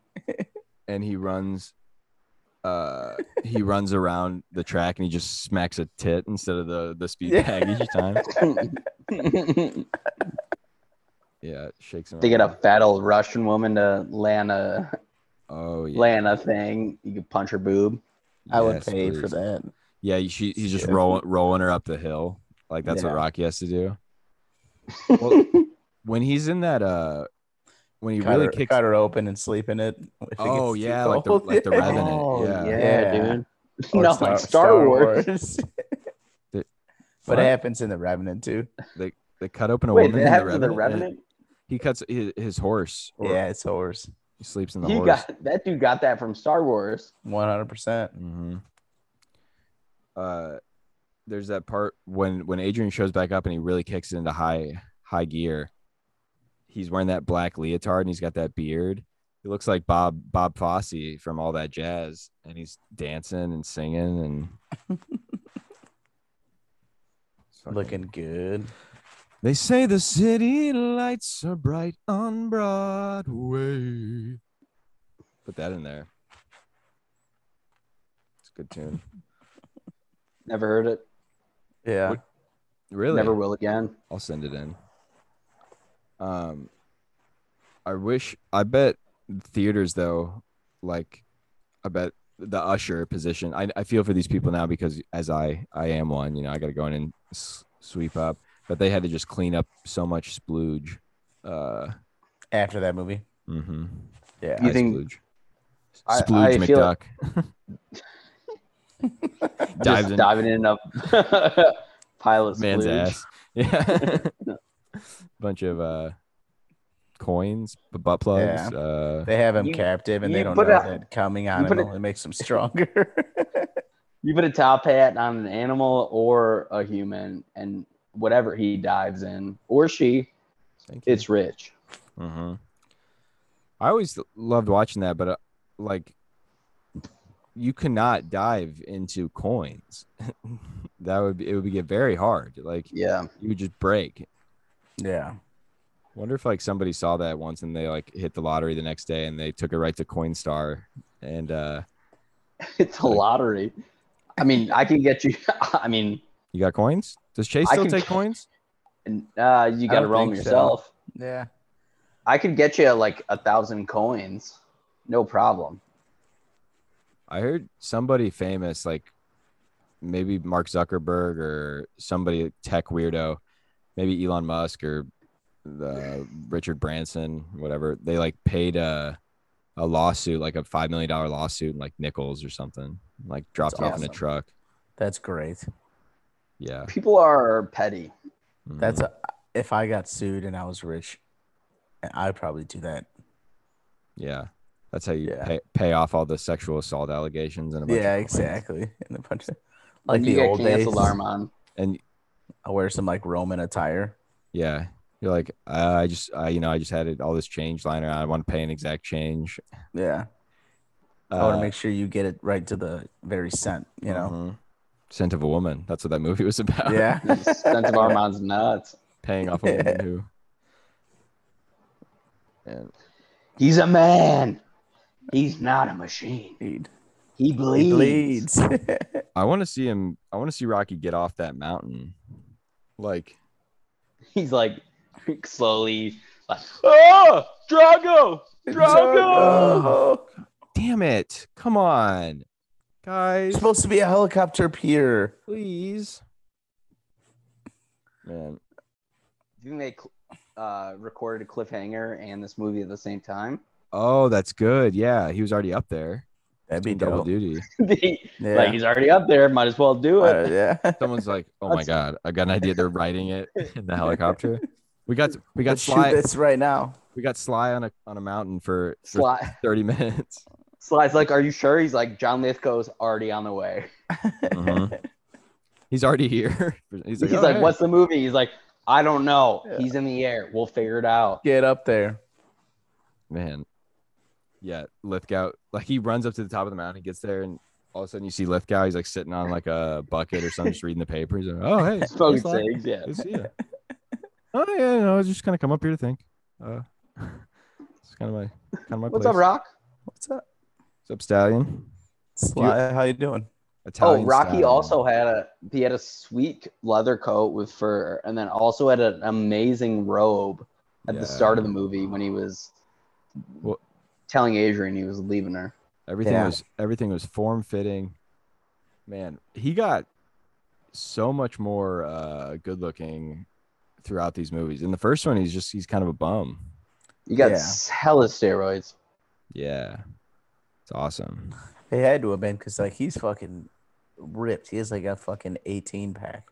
and he runs uh he runs around the track and he just smacks a tit instead of the the speed
Yeah.
bag each time
to
yeah it shakes him
get a
around.
fat old Russian woman to land a
oh yeah
land a thing, you could punch her boob.
I would
Yes,
pay for
please.
that.
yeah you- she, he's just
Yeah.
rolling rolling her up the hill like that's
Yeah.
what rocky has to do Well, when he's in that uh when he
Cut,
really
her,
kicks
cut her open and sleep in it. if it
oh
gets too
yeah like the,
cold.
like the revenant yeah,
Yeah.
dude.
Or
no, like Oh, Star Wars.
The-
what
what?
happens in the Revenant too?
they cut open a
Wait,
woman
that
in
happened to the
Revenant, and
Revenant?
he cuts his, his horse or
Yeah, it's horse.
he sleeps in the
He
horse
got that dude got that from Star Wars.
One hundred percent.
Mm-hmm. Uh, there's that part when when Adrian shows back up and he really kicks it into high high gear. He's wearing that black leotard and he's got that beard. He looks like Bob Bob Fosse from all that jazz, and he's dancing and singing and It's fucking-
Looking good.
They say the city lights are bright on Broadway. Put that in there. It's a good tune.
Never heard it.
Yeah.
What- Really?
Never will again.
I'll send it in. Um, I wish. I bet theaters though, like, I bet the usher position. I, I feel for these people now because as I I am one, you know, I got to go in and s- sweep up. But they had to just clean up so much splooge. Uh,
After that movie.
mm-hmm.
Yeah.
You think-
splooge,
I-
splooge
I feel-
McDuck dives
Just
in
diving in a pile of
man's
splooge.
ass. Yeah, bunch of uh coins, b- butt plugs. Uh,
They have him
You-
captive and they
you
don't know
put a-
that coming on
you put
him
a-
only makes him stronger.
You put a top hat on an animal or a human, and whatever he dives in or she,
Thank you.
it's rich.
Mm-hmm. I always loved watching that, but uh, like, you cannot dive into coins. that would be, it would get very hard. Like
Yeah.
you would just break.
yeah.
Wonder if like somebody saw that once and they like hit the lottery the next day and they took it right to Coinstar and uh,
It's a lottery. I mean, I can get you. I mean,
you got coins. Does Chase
I
still
can-
take coins?
and, uh, you
I
got to
don't
roll them
think so.
yourself.
Yeah.
I could get you like a thousand coins, no problem.
I heard somebody famous, like maybe Mark Zuckerberg or somebody tech weirdo, maybe Elon Musk or the Richard Branson, whatever. They like paid a a lawsuit, like a five million dollar lawsuit, in like nickels or something. Like dropped
That's
it off in a
awesome.
truck.
That's great.
Yeah, Mm-hmm.
People are petty.
That's a, if I got sued and I was rich, I'd probably do that.
yeah. That's how you
Yeah.
pay, pay off all the sexual assault allegations and a bunch of
Yeah,
coins.
exactly. And a bunch of like
you
the old days.
alarm on.
And
I wear some like Roman attire.
Yeah. You're like, uh, I just, I, you know, I just had it, all this change lying around. I want to pay an exact change.
Yeah. I want
Uh,
to make sure you get it right to the very cent, you know?
mhm. Scent of a Woman. That's what that movie was about.
Yeah.
Sense Uh-huh. of Armand's nuts.
Paying off a woman who. And
He's a man. He's not a machine.
Bleed.
He bleeds.
bleeds.
I want to see him. I want to see Rocky get off that mountain. Like,
He's like slowly like, oh, Drago, Drago.
Oh,
damn it. Come on.
there's
Guys,
supposed to be a helicopter pier.
please. Man,
Do you think they uh, recorded a cliffhanger and this movie at the same time?
oh, that's good. Yeah, he was already up there.
That'd be
Double
dope.
duty.
They-
Yeah.
Like he's already up there. Might as well do it.
Uh, yeah.
Someone's like, "Oh my
That's-
god, I got an idea." They're writing it in the helicopter. We got we got
Let's shoot
Sly
this right now.
we got Sly on a on a mountain for, for
Sly,
thirty minutes.
Sly's like, "Are you sure?" He's like, "John Lithgow's already on the way."
Mm-hmm. He's already here. He's like, "Oh,
He's
"All
like,
right."
"What's the movie?" He's like, "I don't know.
Yeah.
He's in the air. We'll figure it out."
Get up there.
man?" Yeah, Lithgow. Like he runs up to the top of the mountain, gets there, and all of a sudden you see Lithgow. He's like sitting on like a bucket or something, just reading the paper. He's like, "Oh hey,
Spoke
hey, Sly.
Ziggs, yeah.
Good to see you." oh yeah, no, I was just kind of come up here to think. Uh, it's kind of my kind of my.
What's
place.
up, Rock? Oh,
What's up?
What's up, Stallion?
Sly, how you doing?
Italian
oh, Rocky
style.
also had a he had a sweet leather coat with fur, and then also had an amazing robe at
Yeah.
the start of the movie when he was
Well-
telling Adrian he was leaving her.
Everything
Yeah.
was everything was form fitting. Man, he got so much more uh, good looking throughout these movies. In the first one, he's just he's kind of a bum.
You got
Yeah.
s- hella steroids.
Yeah, it's awesome.
He had to have been because like he's fucking ripped. He has like a fucking 18 pack.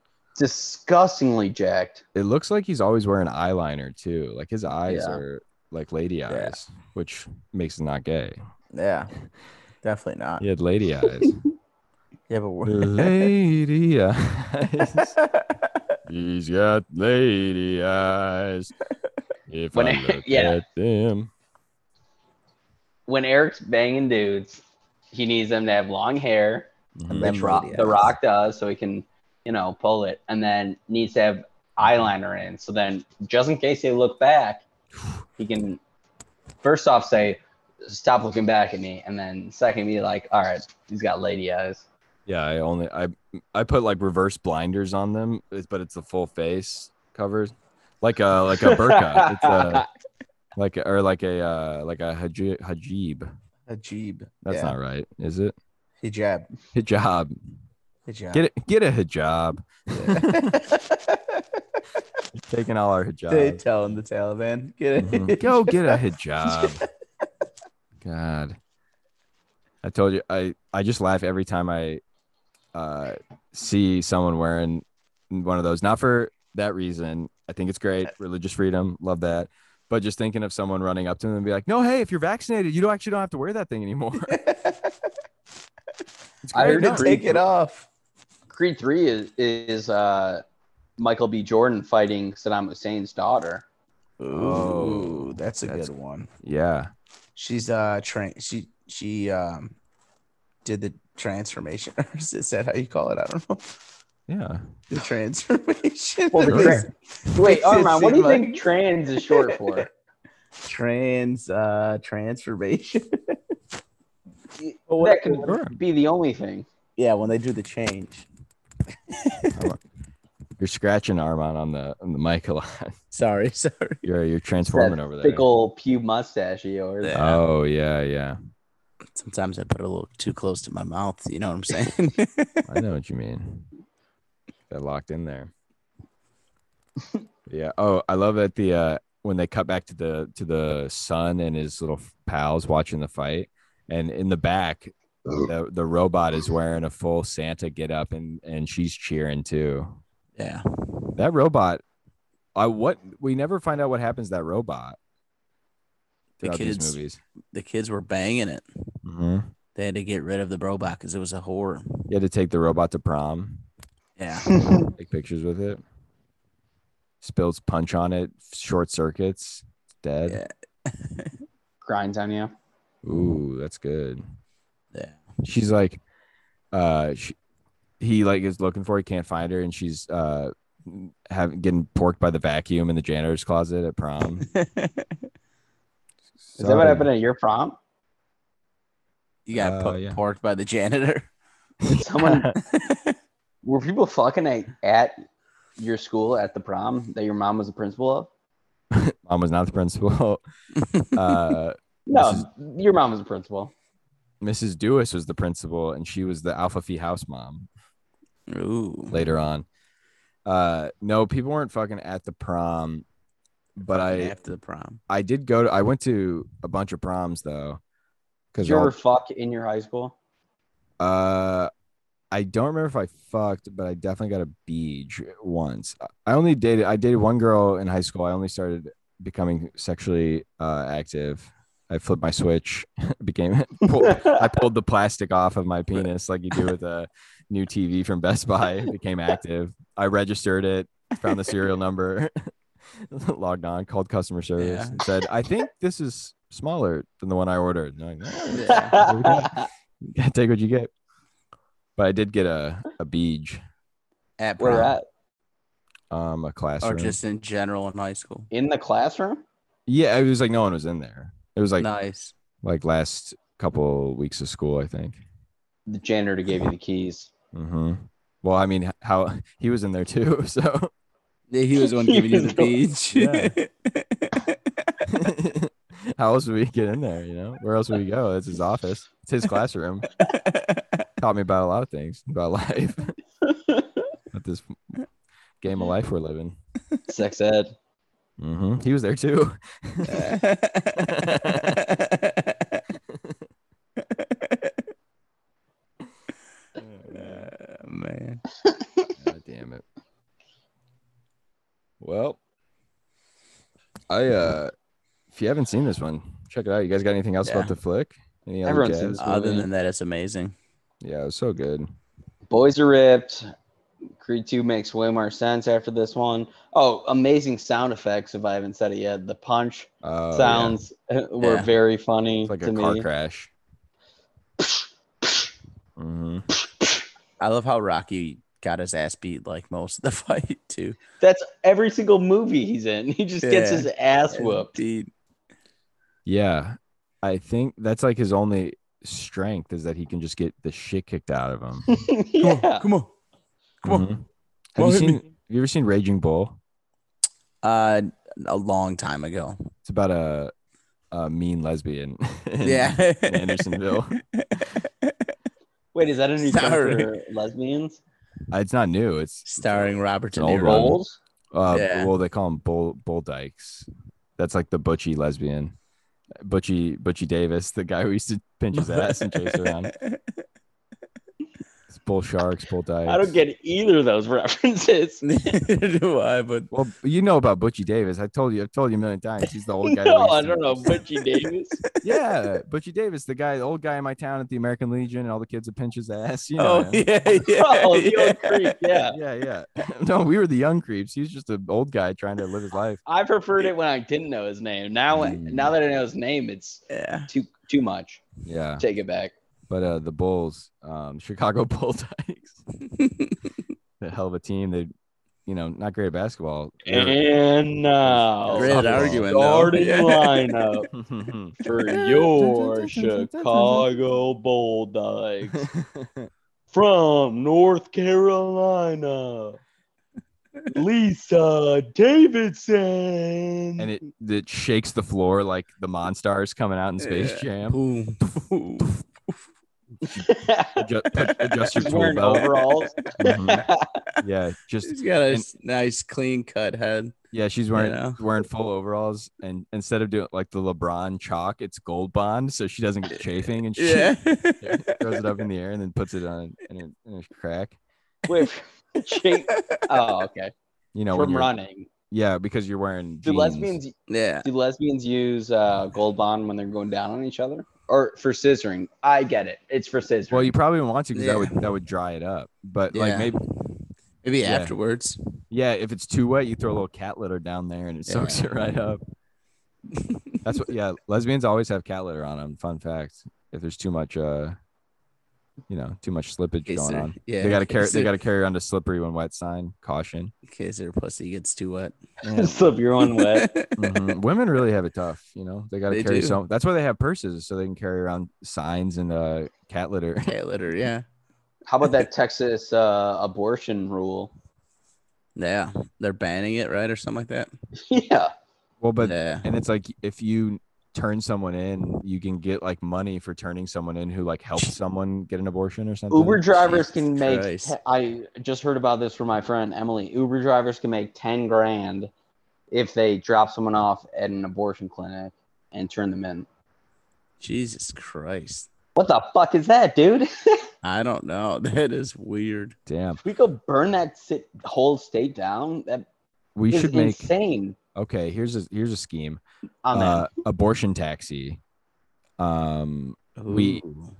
Disgustingly jacked.
It looks like he's always wearing eyeliner too. Like his eyes
Yeah.
are like lady
Yeah.
eyes, which makes him not gay.
Yeah. Definitely not.
He had lady eyes.
Yeah, but we're
lady eyes. He's got lady eyes. If
When
I
I-
look
yeah.
at them,
When Eric's banging dudes, he needs them to have long hair.
Mhm.
Them
which Rock,
lady
the
eyes.
Rock does, so he can, you know, pull it, and then needs to have eyeliner in. So then, just in case they look back, he can first off say, "Stop looking back at me," and then second, be like, "All right, he's got lady eyes."
yeah, I only I I put like reverse blinders on them, it's- but it's the full face covers, like a like a burqa, it's uh, a, like a- or like a uh, like a hijab. hijab.
Hajib.
That's not right, is it?
hijab.
Hijab.
Hijab.
Get it. Get a hijab. Taking all our
They
hijabs.
telling the Taliban. Get it?
Mhm. Go get a hijab. God. I told you I I just laugh every time I uh see someone wearing one of those. Not for that reason. I think it's great. Religious freedom, love that. But just thinking of someone running up to them and be like, "No, hey, if you're vaccinated, you don't actually don't have to wear that thing anymore." It's
I
great.
heard
to
No,
it.
take it off.
Creed Three is is uh, Michael B. Jordan fighting Saddam Hussein's daughter.
Ooh,
Oh,
that's a
that's-
good one.
yeah.
She's uh train she she um did the transformation. Is that how you call it? I don't know.
Yeah.
The transformation.
Well, the
This-
Wait, Armand, what do you
Like-
think trans is short for?
trans uh transformation.
But what-
that could
Sure.
be the only thing.
yeah, when they do the change.
You're scratching Armand on the on the mic a lot.
Sorry, sorry.
You're you're transforming over
That
there.
fickle pew mustache of yours.
Yeah.
Oh yeah, yeah.
Sometimes I put it a little too close to my mouth. You know what I'm saying?
I know what you mean. Got locked in there. yeah. Oh, I love that the uh when they cut back to the to the son and his little pals watching the fight, and in the back, the the robot is wearing a full Santa get up and and she's cheering too.
yeah.
That robot, I what we never find out what happens to that robot.
The
throughout these
kids-
movies.
The kids were banging it.
Mm-hmm.
They had to get rid of the robot because it was a horror.
You had to take the robot to prom.
Yeah.
take pictures with it. Spills punch on it, short circuits, it's dead.
Yeah.
Grinds on you.
Ooh, that's good.
Yeah.
She's like, uh, she, he like is looking for, her, he can't find her, and she's uh, having getting porked by the vacuum in the janitor's closet at prom.
Is that what happened at your prom?
you got
Uh,
po-
yeah.
parked by the janitor.
Someone were people fucking at, at your school at the prom that your mom was the principal of?
Mom was not the principal. uh,
No,
This is-
your mom was the principal.
Mrs. Dewis was the principal, and she was the Alpha Phi house mom.
Ooh.
later on. Uh, no, people weren't fucking at the prom, but I
after the prom.
I did go to I went to a bunch of proms though,
Did
because
you ever fuck in your high school?
uh, I don't remember if I fucked, but I definitely got a beach once. I only dated I dated one girl in high school. I only started becoming sexually uh, active. I flipped my switch, became pulled, I pulled the plastic off of my penis like you do with a new TV from Best Buy. It became active. I registered it, found the serial number, logged on, called customer service,
Yeah.
and said, "I think this is smaller than the one I ordered." And they're like, "No,
Yeah.
you gotta take what you get. But I did get a a beej,
At
Where
prom.
at?
um, a
Or
classroom.
Oh, just in general in high school.
In the classroom?
yeah, it was like no one was in there. It was like
nice.
like last couple weeks of school, I think.
The janitor gave you the keys.
hmm Well, I mean, h- how he was in there too, so
Yeah, he was the one giving you the beach.
Yeah. how else would we get in there? You know, where else would we go? It's his office. It's his classroom. Taught me about a lot of things about life, about this game of life we're living.
Sex ed.
hmm He was there too. Oh,
Uh, man.
God damn it. Well, I uh if you haven't seen this one, check it out. You guys got anything else
Yeah.
about the flick? Any other
Everyone's seen
jazz
this
Other
movie?
than that, it's amazing.
Yeah, it was so good.
Boys are ripped. Creed 2 makes way more sense after this one. Oh, amazing sound effects, if I haven't said it yet. The punch
Oh, yeah.
sounds uh, were
Yeah.
very funny
It's like
to
a
me.
car crash. hmm
I love how Rocky got his ass beat like most of the fight too.
That's every single movie he's in. He just gets
Yeah.
his ass whooped.
Indeed.
Yeah. I think that's like his only strength is that he can just get the shit kicked out of him.
yeah.
Come on. Come on.
Mhm. Have
Well,
you
hit
seen
me.
have you ever seen Raging Bull?
Uh a long time ago.
It's about a a mean lesbian. in-
yeah.
in Andersonville.
Wait, is that a new
Sorry.
term for lesbians?
uh, It's not new. It's
Starring Robert De
It's an old
Niro.
one.
Bulls?
Uh,
Yeah.
Well, they call him Bull Bull Dykes. That's like the butchy lesbian, butchy butchy Davis, the guy who used to pinch his ass and chase around. It's bull sharks, bull dykes.
I don't get either of those references.
Neither do I, but
Well, you know about Butchie Davis. I told you. I've told you a million times. He's the old guy. that
no,
we
I
used to-
don't know. Butchie Davis.
Yeah, Butchie Davis, the guy, the old guy in my town at the American Legion, and all the kids would pinch his ass. You know.
oh
him.
yeah, yeah,
oh,
yeah.
Yo Creek, yeah.
yeah, yeah. No, we were the young creeps. He was just an old guy trying to live his life.
I preferred it when I didn't know his name. Now,
Mm.
now that I know his name, it's
Yeah.
too too much.
Yeah.
Take it back.
But uh, the Bulls, um, Chicago Bull Dykes, the hell of a team. They you know, not great at basketball.
And now,
Great argument, though.
starting
Yeah.
lineup
You're-
for your Chicago Bulldogs from North Carolina, Lisa Davidson.
and it it shakes the floor like the Monstars coming out in Space
Yeah.
Jam.
Boom.
Adjust, adjust your
She's
tool
wearing
belt.
overalls.
Mhm. Yeah, just
He's got a s- nice, clean cut head.
yeah. She's wearing
know.
wearing full overalls, and instead of doing like the LeBron chalk, it's Gold Bond, so she doesn't get chafing and she
Yeah.
throws it up in the air and then puts it on in a, in a crack.
Wait, Jake.
Oh, okay.
You know, when
From
you're-
running.
yeah, because you're wearing
Do
jeans.
lesbians
yeah.
do lesbians use uh, gold bond when they're going down on each other, or for scissoring? I get it. It's for scissoring.
Well, you probably wouldn't want to because
Yeah.
that would that would dry it up. But like
Yeah.
maybe
Maybe
Yeah.
afterwards.
yeah, if it's too wet, you throw a little cat litter down there and it soaks it right up. That's what yeah, lesbians always have cat litter on them. Fun fact: if there's too much, uh, you know, too much slippage
In case
going
they're-
on,
Yeah.
they got to
in
carry
case
they got
they're-
to carry on to slippery when wet sign. Caution.
In case their pussy gets too wet.
Slip your own wet.
Mhm. Women really have it tough, you know. They got to
They
carry
do.
some. That's why they have purses, so they can carry around signs and uh, cat litter.
Cat litter. Yeah.
How about that Texas uh, abortion rule?
Yeah. They're banning it, right? Or something like that.
yeah.
Well, but
yeah.
and it's like if you turn someone in, you can get like money for turning someone in who like helped someone get an abortion or something.
Uber drivers can
Jesus
make.
Christ.
te- I just heard about this from my friend Emily. Uber drivers can make ten grand if they drop someone off at an abortion clinic and turn them in.
Jesus Christ.
What the fuck is that, dude?
I don't know. That is weird.
Damn,
we go burn that sit- whole state down. That
we
is
should make.
insane. Oh,
Okay, here's a here's a scheme.
I'm in.
Uh, abortion taxi. Um, We-
Ooh.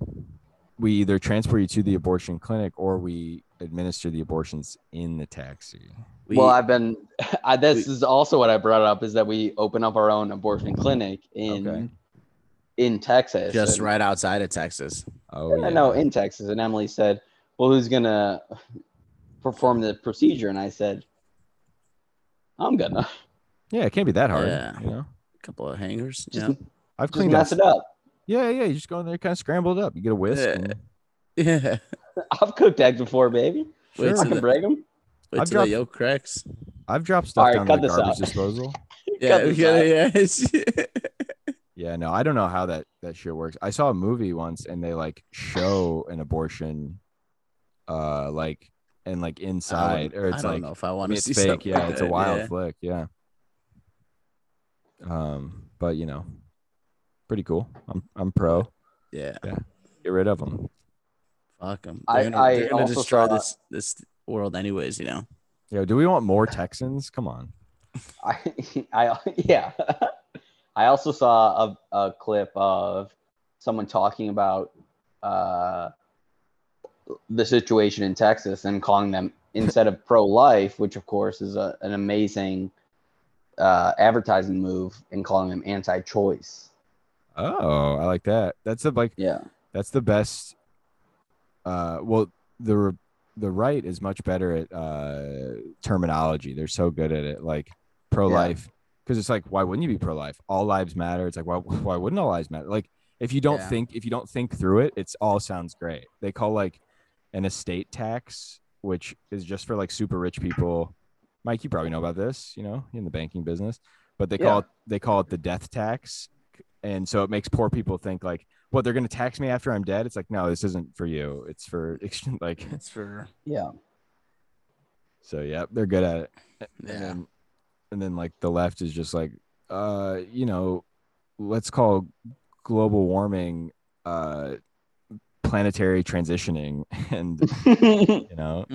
we either transport you to the abortion clinic or we administer the abortions in the taxi.
We-
well, I've been. I, this is also what I brought up is that we open up our own abortion clinic in
Okay.
in Texas.
just
And-
right outside of Texas.
Oh yeah.
I know in Texas, and Emily said, "Well, who's gonna perform the procedure?" And I said, "I'm gonna
Yeah, it can't be that hard.
Yeah.
You know,
A couple of hangers.
just,
Yeah.
I've
just
cleaned
mess it up.
Yeah, yeah. You just go in there, kind of scrambled up. You get a whisk.
Yeah.
and-
Yeah.
I've cooked eggs before, baby.
Wait
Sure.
I
till
can
the,
break them.
wait
I've
till
dropped-
the yolk cracks.
I've dropped stuff
All right,
down
cut
to the
this
garbage
out.
disposal.
Yeah.
this
yeah, yeah. it's-
Yeah, no, I don't know how that that shit works. I saw a movie once and they like show an abortion, uh, like and like
I
inside
wouldn't-
or
I
it's
don't
like
know if I
I
want
mean,
to
it's
see
fake.
something
Yeah,
like
it's a
that,
wild
yeah.
flick. Yeah. Um, but you know, pretty cool. I'm I'm pro.
Yeah.
Get rid of them.
Fuck them.
I- I
they're gonna
also
destroy
saw-
this this world anyways. You know.
Yo, do we want more Texans? Come on.
I, I yeah. I also saw a, a clip of someone talking about uh, the situation in Texas and calling them instead of pro-life, which of course is a, an amazing uh, advertising move, and calling them anti-choice.
Oh, I like that. That's a like
Yeah,
That's the best. Uh, well, the re- the right is much better at uh, terminology. They're so good at it, like pro life, because it's like, why wouldn't you be pro life? All lives matter. It's like, why why wouldn't all lives matter? Like, if you don't
Yeah.
think if you don't think through it, it's all sounds great. They call like an estate tax, which is just for like super rich people. Mike, you probably know about this, you know, in the banking business, but they call it they call it the death tax, and so it makes poor people think like, what they're going to tax me after I'm dead? It's like, no, this isn't for you. It's for exchange- like,
It's for
yeah.
so yeah, they're good at it. And
yeah.
then, and then like the left is just like, uh, you know, let's call global warming, uh, planetary transitioning, and you know,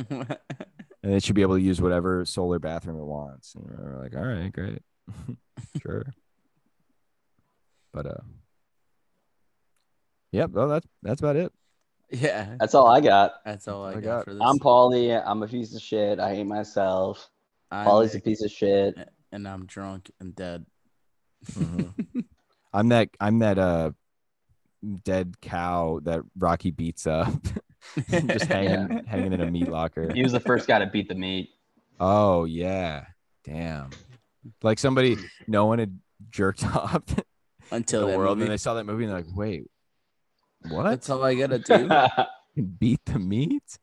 and it should be able to use whatever solar bathroom it wants. And we're like, all right, great, sure. But uh, yep. Well, that's that's about it.
yeah.
That's all I got.
That's all I,
I
got,
got-
for this.
I'm Paulie. I'm a piece of shit. I hate myself.
I'm
Paulie's a
Nick,
piece of shit.
and I'm drunk and dead.
Mm-hmm. I'm that I'm that uh dead cow that Rocky beats up just hanging hanging in a meat locker.
He was the first guy to beat the meat.
Oh yeah. Damn. Like somebody no one had jerked off in
until
the
that
world and
movie.
they saw that movie and they're like, wait, what?
That's all I gotta do.
Can Beat the meat?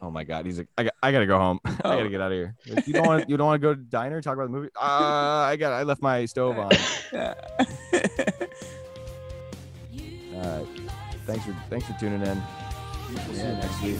Oh my god, he's like, I, got, I gotta go home. I
Oh.
gotta get out of here. Like, you don't want you don't want to go to diner talk about the movie. Uh, I got I left my stove on. All right, thanks for thanks for tuning in. We'll see you next week.